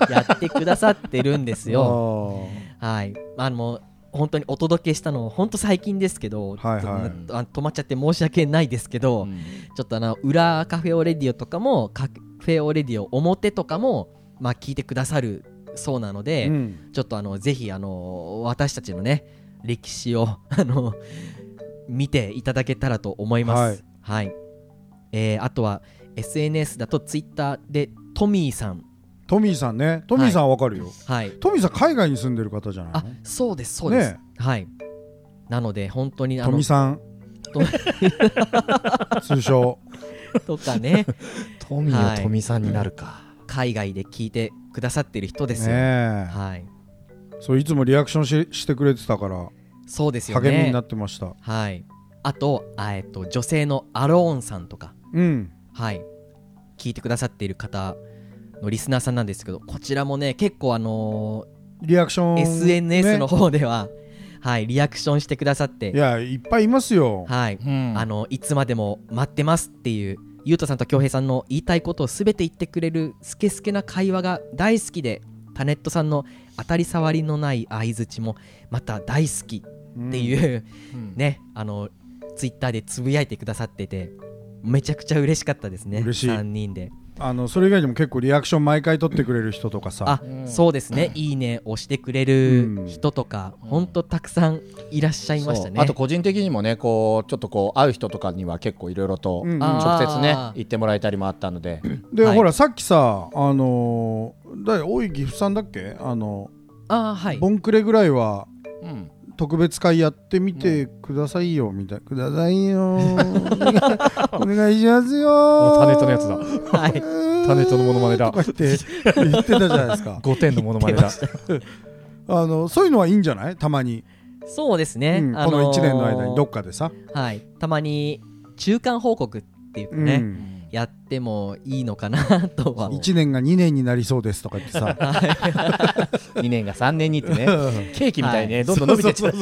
D: ら
C: やってくださってるんです よ
E: よ
C: はいあの本当にお届けしたの本当最近ですけど、
E: はいはい
C: ちょっとあ止まっちゃって申し訳ないですけど、
D: うん
C: ちょっとあの裏カフェオレディオとかもカフェオレディオ表とかも、まあ、聞いてくださるそうなので、
E: うん
C: ちょっとあのぜひあの私たちのね歴史をあの見ていただけたらと思います。はい、えーあとは SNS だと Twitter でトミーさん、
E: トミーさんねトミーさんはわかるよ
C: はい、
E: トミーさん海外に住んでる方じゃない
C: あ
E: の
C: そうですそうです、
E: ね
C: はい。なので本当にあ
E: ト
C: の
E: ミさん
C: トミ
E: 通称
C: とかね
D: トミーをトミさんになるか
C: 海外で聞いてくださってる人ですよ。
E: ねえ
C: はい、
E: そういつもリアクションししてくれてたから
C: そうですよね。
E: 励みになってました
C: はい。あと、あえっと、女性のアローンさんとか、
E: うん
C: はい。聞いてくださっている方のリスナーさんなんですけど、こちらもね、結構あの
E: リアクシ
C: ー
E: ョン
C: SNS の
E: ね
C: 方では、はい、リアクションしてくださっ
E: い
C: て、
E: やいっぱいいますよ
C: はい。
D: うん
C: あの、いつまでも待ってますっていう、ゆうとさんと恭平さんの言いたいことをすべて言ってくれるスケスケな会話が大好きで、タネットさんの当たり障りのない相づちもまた大好きって
E: うん
C: いう、
D: うん
C: ね、あのツイッターでつぶやいてくださっててめちゃくちゃ嬉しかったですね
E: 嬉しい
C: 3人で
E: あのそれ以外にも結構リアクション毎回取ってくれる人とかさ
C: あ、そうですね「いいね」押してくれる人とか、ほんとたくさんいらっしゃいましたね
D: そうあと個人的にもねこうちょっとこう会う人とかには結構いろいろと
E: うん
C: あー
D: 直接ね行ってもらえたりもあったので
E: で、
C: はい
E: ほらさっきさあのーだ大井岐阜さんだっけあの、
C: あーはい
E: ボンクレぐらいは
D: うん
E: 特別会やってみてくださいよみたいな、くださ いよお願いしますよ
G: タネットのやつだ
C: は
E: う
C: い
E: ーん
G: タネットのモノマネだ
E: とか言って言ってたじゃないで すか
G: 5点のモノマネだ
E: あのそういうのはいいんじゃないたまに、
C: そうですね、
E: うんこ
C: あ
E: の
C: ー
E: 1年の間にどっかでさ、
C: はいたまに中間報告っていうか
E: うん
C: ね、やってもいいのかなとは
E: 1年が2年になりそうですとか言って さ
D: 2年が3年にってねケーキみたいにねどんどん伸びてっちゃう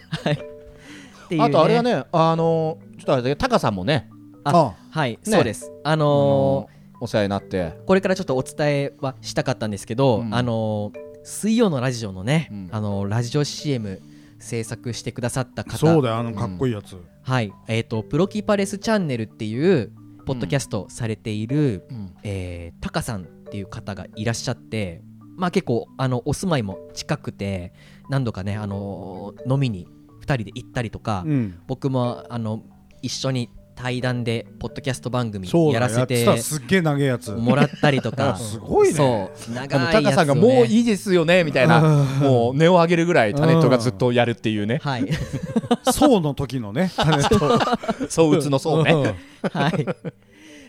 C: っていう、
D: あとあれはねあのちょっとあれだけどタカさんもね
E: あ
C: はい、そうですあ
D: あ
C: のー
D: のお世話になって
C: これからちょっとお伝えはしたかったんですけど、
D: うん
C: あの水曜のラジオのね、
D: うん
C: あのラジオ CM 制作してくださった方
E: そうだよあのかっこいいやつ、
C: はいえー、とプロキパレスチャンネルっていうポッドキャストされている、
D: うん
C: えータカさんっていう方がいらっしゃって、まあ、結構あのお住まいも近くて何度かね、あの飲みに2人で行ったりとか、
E: うん
C: 僕もあの一緒に対談でポッドキャスト番組
E: そう
C: や
E: だ
C: ら
E: よや
C: せ
E: って
C: て
E: たすっげえ長いやつ
C: もらったりとか
E: すごいね
C: そう長
D: あ
C: いやつを、
D: のタ
C: ね、
D: カさんがもういいですよねみたいな
E: うん
D: もう音を上げるぐらいタネットがずっとやるっていうね
C: はい
E: そうの時のね、タネッ ト。
D: そううつのそうね
C: はい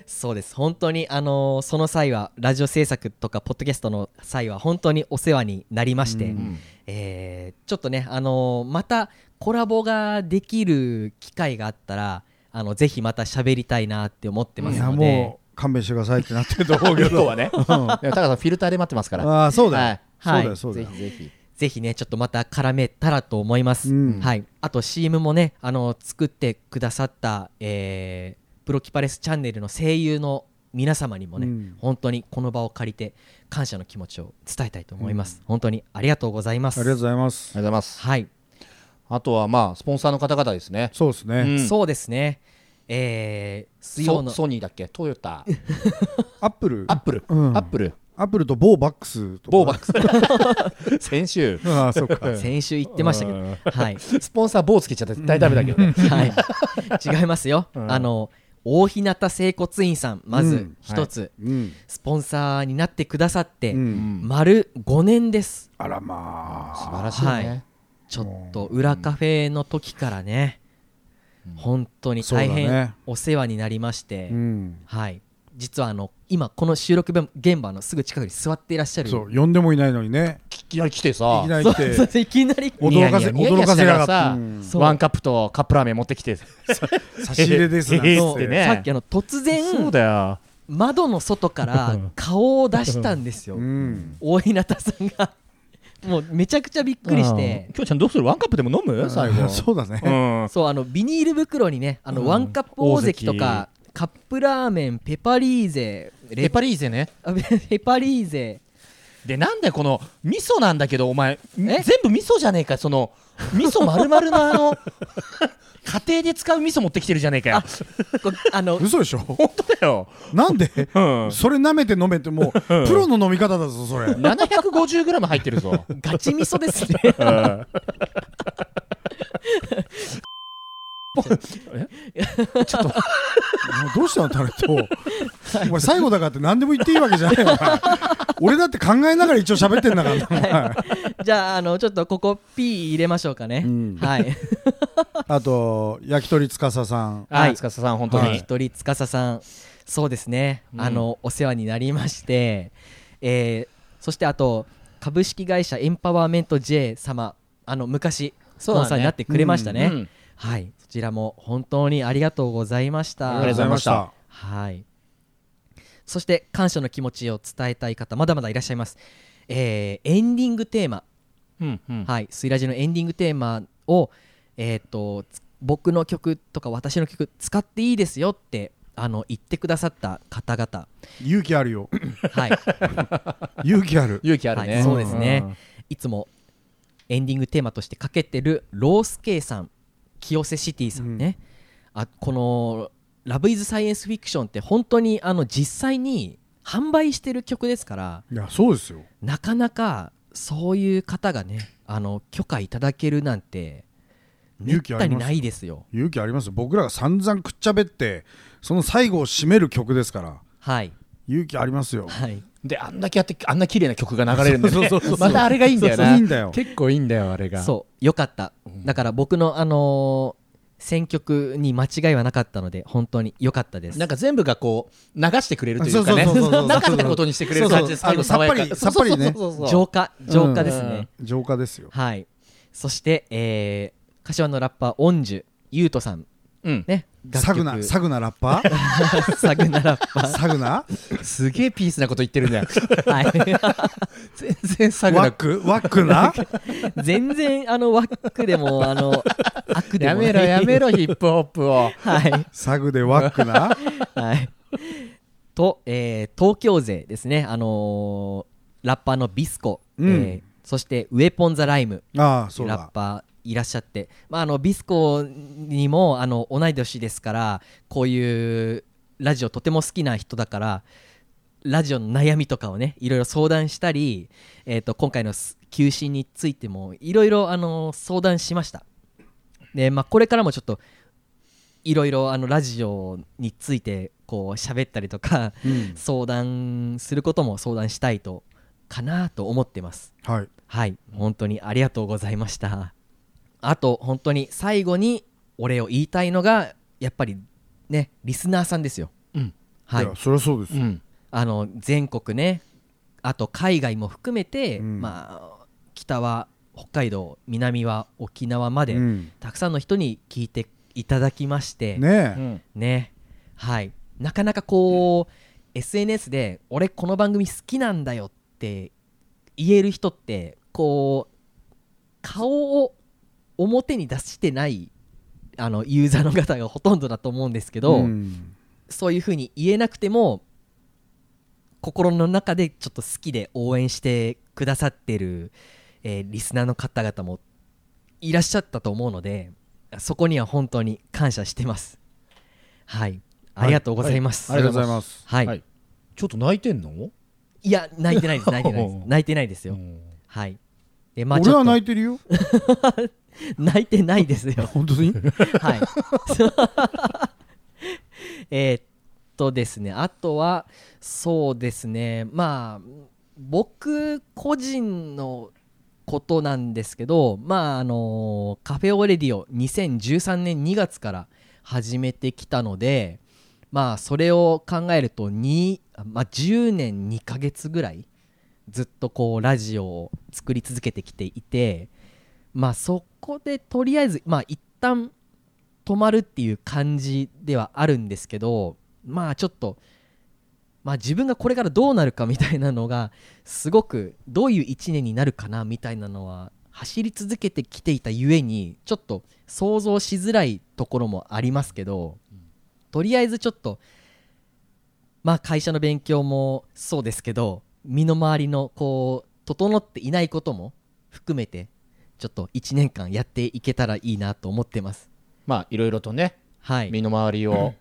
C: そうです本当にあのーその際はラジオ制作とかポッドキャストの際は本当にお世話になりまして、
D: ん
C: えーちょっとねあのーまたコラボができる機会があったらあのぜひまた喋りたいなって思ってま
E: い
C: す
E: や、
C: ので
E: もう勘弁してくださいっ てなってると思うけ
D: 今日
E: ど。
D: はね
E: うん
D: でもタカさんフィルターで待ってますから
E: ああ、そうだよ。
C: はい
E: そうだよ、そうだ
D: ぜひ。ぜ
E: よ
D: ひ
C: ぜひねちょっとまた絡めたらと思います、
E: うん
C: はい、あと CM もねあの作ってくださった、えープロキパレスチャンネルの声優の皆様にもね、
E: うん
C: 本当にこの場を借りて感謝の気持ちを伝えたいと思います、本当にありがとうございま
E: あ
C: す
E: りがとうございます
D: がとうございます
C: はい、
D: あとはまあスポンサーの方々ですね
E: そうですね、
D: うん
C: そうですねえー、水曜
D: ソ
C: の
D: ソニーだっけトヨタ
E: アップル
D: アップル、
E: うん
D: アップル
E: アップルとボーバックスとか
D: ボーバックス 先週
E: あ あそうか
C: 先週言ってましたけど
D: うん
C: はい
D: スポンサー棒つけちゃ絶対ダメだけどね
C: はい、違いますよ、
D: うん
C: あの大日向整骨院さんま
E: う
C: ず
E: ん
C: 一つ、
E: うん、
C: スポンサーになってくださって、
E: うん、
C: 丸5年です
E: あらまあ
D: 素晴らしいね、
C: はいちょっと裏カフェの時からね、本当に大
E: そうだ
C: 変
E: ね
C: お世話になりまして、
E: うん
C: はい実はあの今この収録現場のすぐ近くに座っていらっしゃる
E: そう呼んでもいないのにね
D: いきなり来て
E: い
D: さ
E: きなり
C: そう
E: 来
C: そう
E: て
C: そういきなり
E: 驚
D: ニヤニ
E: か
D: ヤ
E: せ
D: ニヤニ
E: 驚
D: ヤ
E: か
D: し
E: せ
D: な
E: や
D: が
E: がっ
D: らさ、
E: たうん
C: そう
D: ワンカップとカップラーメン持ってきて
E: 差し入れですな
D: え
E: ん
D: え
E: つ
D: っ
E: っ
D: つって
E: て
D: ね
C: さっきあの突然
D: そうだよ
C: 窓の外から顔を出したんですよ、
E: うん
C: 大日向さんがもうめちゃくちゃびっくりして
D: うんきょうちゃんどうするワンカップでも飲む最後
E: そうだね、
D: うん
C: そうあのビニール袋にねあの
D: うん
C: ワンカップ大関とか、カップラーメンペパリー ゼ
D: レ
C: レ
D: パリーゼね
C: あペ ペパリーゼ
D: でなんだよこの味噌なんだけどお前み
C: え
D: 全部味噌じゃねえかその味噌丸々のあの 家庭で使う味噌持ってきてるじゃねえかよ
C: こあ の
E: 嘘でしょ
D: 本当だよ、
E: なんで
D: うん、
E: それ舐めて飲めてもうプロの飲み方だぞそれ
D: 750g 入って るぞ
C: ガチ味噌ですね
D: うん
E: もう どうしたのタレとお前最後だからって何でも言っていいわけじゃないよお前俺だって考えながら一応喋ってんだからお前
C: じゃああのちょっとここ P 入れましょうかね、
E: うん
C: はい
E: あと焼き鳥司さん
D: はい司さん本当に、
E: はい
C: 一人司さんそうですね、
D: うん
C: あのお世話になりまして、えーそしてあと株式会社エンパワーメント J 様あの昔ス
D: そう
C: ポ
D: だね
C: ンサーになってくれましたね
D: うん
C: はいそちらも本当にありがとうございました
D: ありがとうございました
C: はいそして感謝の気持ちを伝えたい方まだまだいらっしゃいます、えーエンディングテーマ
D: うんうん
C: はい、スイラジのエンディングテーマを、えー、とつ僕の曲とか私の曲使っていいですよってあの言ってくださった方々、
E: 勇気あるよ
C: はい
E: 勇気ある
D: 勇気あるね、
C: はいそうですね
D: ん
C: いつもエンディングテーマとしてかけてるロースケイさん清瀬シティさんね、あこの「ラブイズサイエンスフィクションって本当にあの実際に販売してる曲ですから
E: いやそうですよ
C: なかなかそういう方がねあの許可いただけるなんてめっ
E: 勇気あ
C: た
E: ります
C: にないですよ。
E: 勇気ありますよ僕らが散々くっちゃべってその最後を締める曲ですから
C: はい、
E: 勇気ありますよ
C: はい、
D: であんだけやってあんな綺麗な曲が流れるんだよね
E: そうそうそう
D: またあれがいいんだよ
E: そうそう
D: ない
E: いんだよ
D: 結構いいんだよあれが
C: そうよかっただから僕のあのー選曲に間違いはなかったので本当によかったです
D: なんか全部がこう流してくれるというかね
E: そうそうそ うそう
D: なかったことにしてくれる感じです
E: そうそうあの
D: 最後爽やか
E: さっぱり
D: そうそう
E: さっぱりね
D: そうそう
C: 浄化浄化です
D: うん
C: ね、
E: 浄化ですよ
C: はいそして、えー、柏のラッパーオンジュゆうとさん
D: うん
C: ね
E: サグナサグナラッパ ー
C: サグナラッパ
E: サグナ
D: すげえピースなこと言ってる ね
C: ー、は
D: 全然サグ
E: ワッ
D: な
E: クワックナ
C: い、全然あのワックでもあ の悪で
D: や
C: もない
D: めろやめ ろヒップホップを
C: はい
E: サグでワックナ
C: はい。と、えー東京勢ですね、あのーラッパーのビスコ、
E: うん
C: えーそしてウェポン・ザ・ライム、
E: ああそう
C: ラッ
E: だ
C: パーいらっしゃって、まあ、あのビスコにもあの同い年ですから、こういうラジオとても好きな人だから、ラジオの悩みとかをね、いろいろ相談したり、えー、と今回のす休止についても、いろいろ、あの相談しました。で、まあ、これからもちょっといろいろあのラジオについてこう喋ったりとか、
E: うん
C: 相談することも相談したいとかなと思ってます
E: はい
C: はい本当にありがとうございましたあと本当に最後にお礼を言いたいのがやっぱりねリスナーさんですよ、
D: うん
C: はい
E: いやそりゃそうですよ
D: ん
C: あの全国ねあと海外も含めて、
E: うん
C: まあ北は北海道南は沖縄まで、
E: うん
C: たくさんの人に聞いていただきまして
E: ねえ
C: ねはいなかなかこう、SNS で「俺この番組好きなんだよ」って言える人ってこう顔を表に出してないあのユーザーの方がほとんどだと思うんですけど、
E: ん
C: そういうふうに言えなくても心の中でちょっと好きで応援してくださってる、えーリスナーの方々もいらっしゃったと思うのでそこには本当に感謝してますはいありがとうございます、
E: ありがとうございます
C: はい、
G: はい
C: い、
G: ちょっと泣いてんの
C: や泣いてないです泣いてないです泣いてないですよ、
G: うん
C: はいでまあち
E: 俺
C: ょっ
E: は
C: と
E: 泣いてるよ
C: 泣いてないですよ
E: 本当に
C: はい。 えーっとですね、あとは、そうですね、まあ、僕個人のことなんですけど、まあ、あのカフェオレディを2013年2月から始めてきたので、まあ、それを考えると2、まあ、10年2ヶ月ぐらいずっとこうラジオを作り続けてきていて、まあ、そこでとりあえず、まあ、一旦止まるっていう感じではあるんですけどまあちょっと、まあ、自分がこれからどうなるかみたいなのがすごくどういう1年になるかなみたいなのは走り続けてきていたゆえにちょっと想像しづらいところもありますけどとりあえずちょっとまあ会社の勉強もそうですけど身の回りのこう整っていないことも含めてちょっと1年間やっていけたらいいなと思ってます
D: まあいろいろとね
C: はい
D: 身の回りを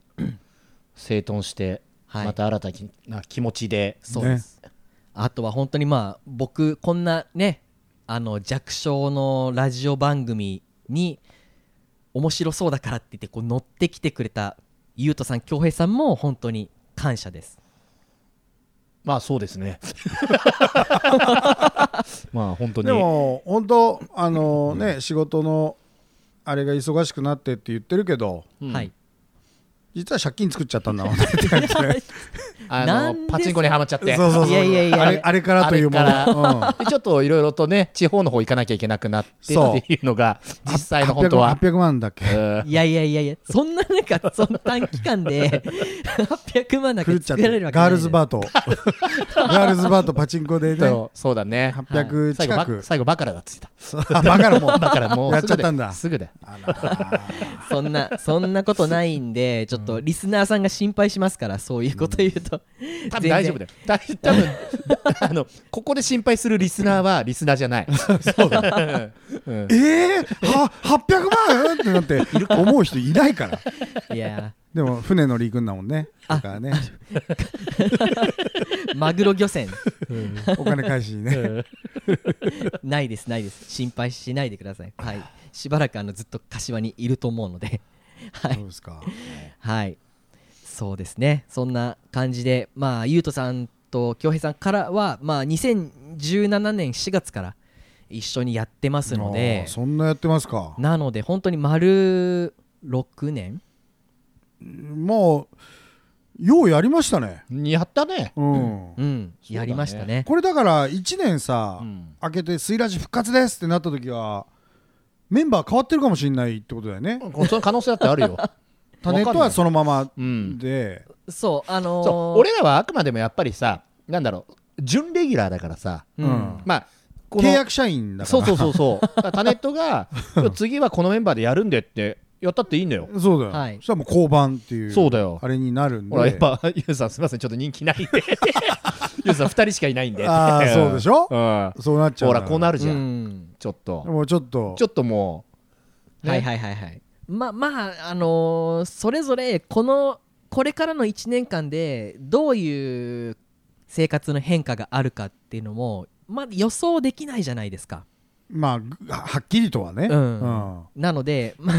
D: 整頓して、
C: はい
D: また新たにな気持ちで
C: そうです、あとは本当にまあ僕こんなねあの弱小のラジオ番組に面白そうだからって言ってこう乗ってきてくれたゆうとさん恭平さんも本当に感謝です
D: まあそうです ね まあ本当に
E: でも本当あのね、仕事のあれが忙しくなってって言ってるけど
D: うん
C: はい
E: 実は借金作っちゃったんだもんねって感じで
D: あ
C: な
D: の
C: んで
D: パチンコにはまっちゃって
E: そう そうそ
C: い
E: う
C: やいやいや
E: あれあれからというもの
D: あれから
E: う
D: で
E: ん
D: ちょっといろいろとね地方の方行かなきゃいけなくなって
E: そう
D: っていうのが実際の本
E: 800
D: 当は
E: 万800万だっけ
D: うん
C: いやいやいやいやそんななんかその短期間で800万なんか
E: 狂っちゃっ
C: 作られ
E: て
C: るわけ
E: ガールズ
C: ー
E: バーとガールズバーとパチンコでね
D: そうそうだね
E: 800
D: 最後
E: 近
D: ば
E: く
D: 最後バカラがついた
E: あバカらもう
D: バカラもう
E: やっちゃったんだ
D: すぐだよ
E: あら
C: そんなそんなことないんでちょっとリスナーさんが心配しますからそういうこと言うと、
D: 多分大丈夫だよだ多分あのここで心配するリスナーはリスナーじゃないそうだ
E: ええー、は800万ってなって思う人いないから
C: いや
E: でも船乗り行くんだもんねだからね
C: ーマグロ漁船
E: お金返しにね
C: ないですないです心配しないでくださいはいしばらくあのずっと柏にいると思うのでは
E: そう
C: い
E: ですか
C: はいそうですねそんな感じでまあゆうとさんと恭平さんからはまあ2017年4月から一緒にやってますので
E: あーそんなやってますか
C: なので本当に丸6年
E: もうようやりましたね
D: やったね
E: うん
C: うん、
D: そうだね
C: やりましたね
E: これだから1年さ、
D: ん
E: 開けて「スイラジ復活です」ってなった時はメンバー変わってるかもしれないってことだよね
D: その可能性だってあるよ
E: タネットはそのまま
D: うん
E: で、
C: そうあのー
D: そう俺らはあくまでもやっぱりさなんだろう準レギュラーだからさ
C: うん
E: うん
D: まあこの
E: 契約社員だか
D: そ
E: ら
D: うそうそうそうだからタネット が今日次はこのメンバーでやるんでってやったっていいんだよ
E: そうだよ、
C: はい
E: そしたらもう交番っていう
D: そうだよ
E: あれになるんで
D: ほらやっぱユウさんすみませんちょっと人気ない んでユウさん2人しかいないんで
E: あーそうでしょ
D: うん
E: そうなっちゃう
D: ほらこうなる
E: る
D: じゃ
C: うんん
D: ちょっと
E: もうちょっと
D: ちょっともね
C: はいはいはいはいまあまああのーそれぞれこのこれからの1年間でどういう生活の変化があるかっていうのもまあ予想できないじゃないですか
E: まあぐははっきりとはね、
C: うん
E: うん
C: なので まあ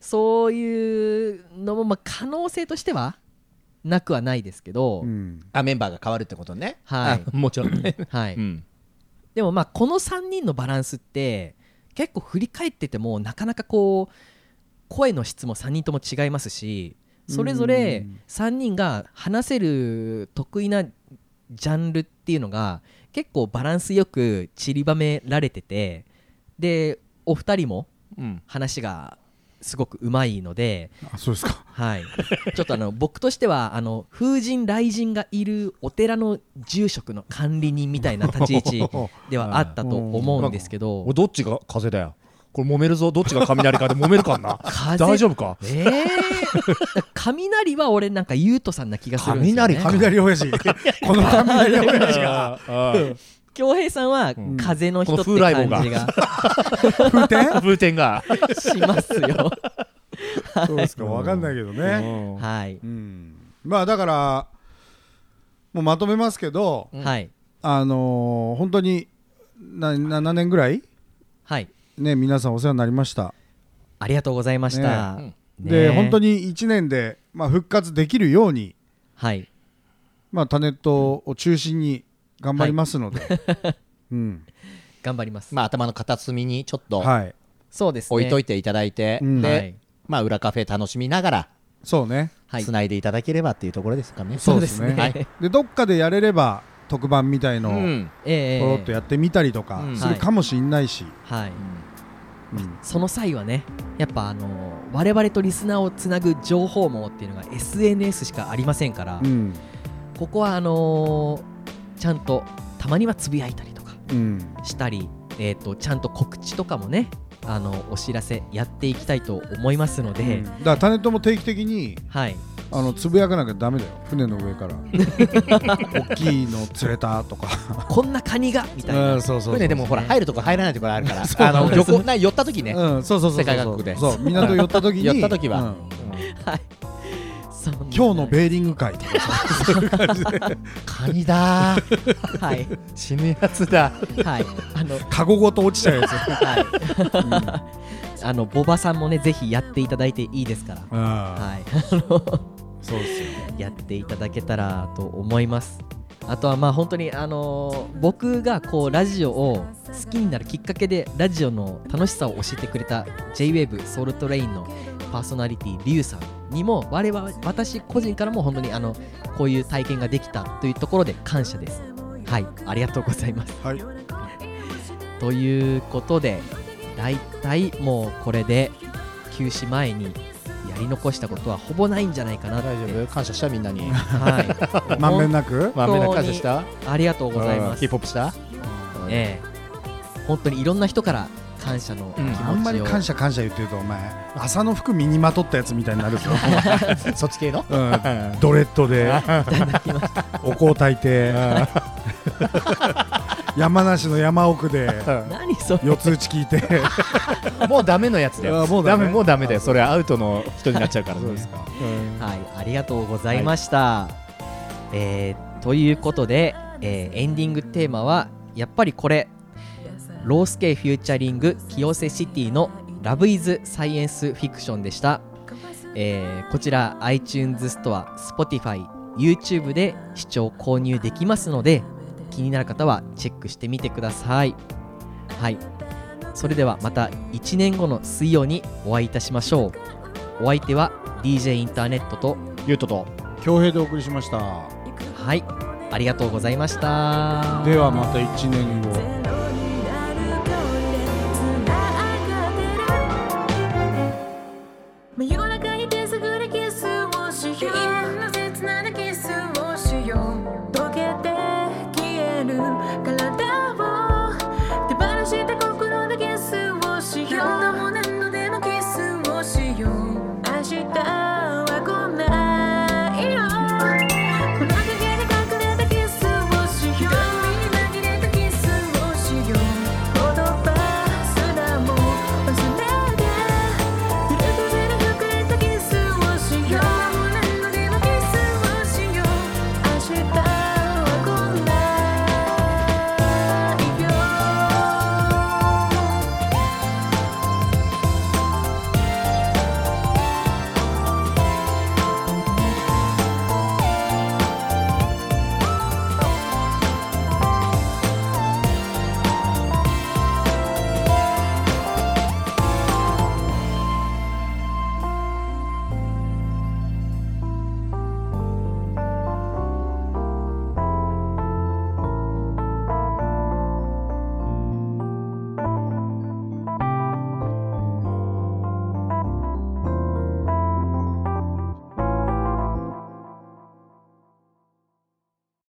C: そういうのもまあ可能性としてはなくはないですけど、
E: うん
D: うあメンバーが変わるってことね
C: はい
D: あもちろんね
C: はい、
D: うん
C: でもまあこの3人のバランスって結構振り返っててもなかなかこう声の質も3人とも違いますしそれぞれ
E: うん
C: 3人が話せる得意なジャンルっていうのが結構バランスよく散りばめられててでお二人も
D: うん
C: 話がすごくうまいので、
E: あそうですか
C: はい、ちょっとあの僕としてはあの風神雷神がいるお寺の住職の管理人みたいな立ち位置ではあったと思うんですけど
D: 俺どっちが風だよこれ揉めるぞどっちが雷かで揉めるかん な
C: 風
D: 大丈夫か
C: えー 雷は俺なんか優斗さんな気がするんですよ、ね、
D: 雷か
E: 雷親 父この雷親父が
D: あー
C: 恭平さんは風の人って
D: この風来
C: 感
D: 坊が
C: じが
D: あ
E: 風天
D: ー風天が、
C: しますよ
E: そうですかわかんないけどね
D: うん
C: はい、
E: うんまあだからもうまとめますけど
C: はい
E: あのー本当にな7年ぐらい
C: はい
E: ね皆さんお世話になりました
C: ありがとうございました、
G: ね
E: で本当
C: に
E: に1年でまあ復活できるように
C: はい
E: まあタネットを中心に頑張りますのでうん
C: 頑張ります、
H: まあ、頭の片隅にちょっと
E: はい
C: そうですね
H: 置いといていただいて、
E: うん
H: で、
C: はい
H: まあ、裏カフェ楽しみながら、
E: そうね
C: はい
H: つないでいただければっていうところですかね。
C: そうですね
E: は
H: はい
E: い、でどっかでやれれば特番みたいうのを
H: ん、
C: ええ
E: ポロッとやってみたりとか
H: うん
E: するかもしんないし、
C: はい、
E: うん
C: その際はねやっぱあの我々とリスナーをつなぐ情報網っていうのが SNS しかありませんから、
E: うん
C: ここはあのーちゃんとたまにはつぶやいたりとか
E: うん
C: したり、えー、とちゃんと告知とかもねあのお知らせやっていきたいと思いますので、
E: うんだからタネットも定期的に
C: はい
E: あのつぶやかなきゃダメだよ船の上から大きいの釣れたとか
C: こんなカニがみたいな、
E: うんそうそうそう
H: 船でもほら入るとこ入らないところあるから、あの旅行な寄った時ね、
E: うんそうそうそうそ
H: 世
E: う
H: 界各国で
E: そう港寄った時に
H: 寄った時は
E: うん
C: そんな
E: 今日のベーリング会とかさ
H: カニだー、
C: はい
H: 死ぬやつだ。
C: はいあ の
E: カゴごと落ちちゃうやつ
C: はい、 あのボバさんもねぜひやっていただいていいですから、
E: うん
C: はい、あの
E: そうですよ
C: やっていただけたらと思います。あとはまあ本当にあのー僕がこうラジオを好きになるきっかけでラジオの楽しさを教えてくれた JWAVE ソウルトレインのパーソナリティリュウさんにも我々私個人からも本当にあのこういう体験ができたというところで感謝です。はい、ありがとうございます。
E: はい
C: ということでだいたいもうこれで休止前にやり残したことはほぼないんじゃないかなって
H: 大丈夫、感謝したみんなに。
C: はい、
E: まんべんなく
H: まあ、みんな感謝した。
C: ありがとうございま
H: ヒ
C: す
H: ッ。プホップした。
C: ええ、本当にいろんな人から感謝の気持ちを、
E: あんまり感謝感謝言ってるとお前朝の服身にまとったやつみたいになるぞ
H: そっち系の。
E: うんドレッドでお香炊いて山梨の山奥で
C: 何それ
E: 四つ打ち聞いて
H: もうダメのやつだよ。
E: あも
H: も
E: う
H: う
E: ダ
H: ダ
E: メ
H: メ、もうダメだよ。それアウトの人になっちゃうからね。
C: はいありがとうございました、えーということで、えーエンディングテーマはやっぱりこれロースケフューチャリング清瀬シティの「ラブイズサイエンスフィクションでした、えーこちら iTunes ストア Spotify YouTube で視聴購入できますので気になる方はチェックしてみてくださいはいそれではまた1年後の水曜にお会いいたしましょうお相手は DJ インターネットと
H: ゆうとと。
E: 恭平でお送りしました
C: はいありがとうございました
E: ではまた1年後
B: ゼロになる顔で繋がってる見えない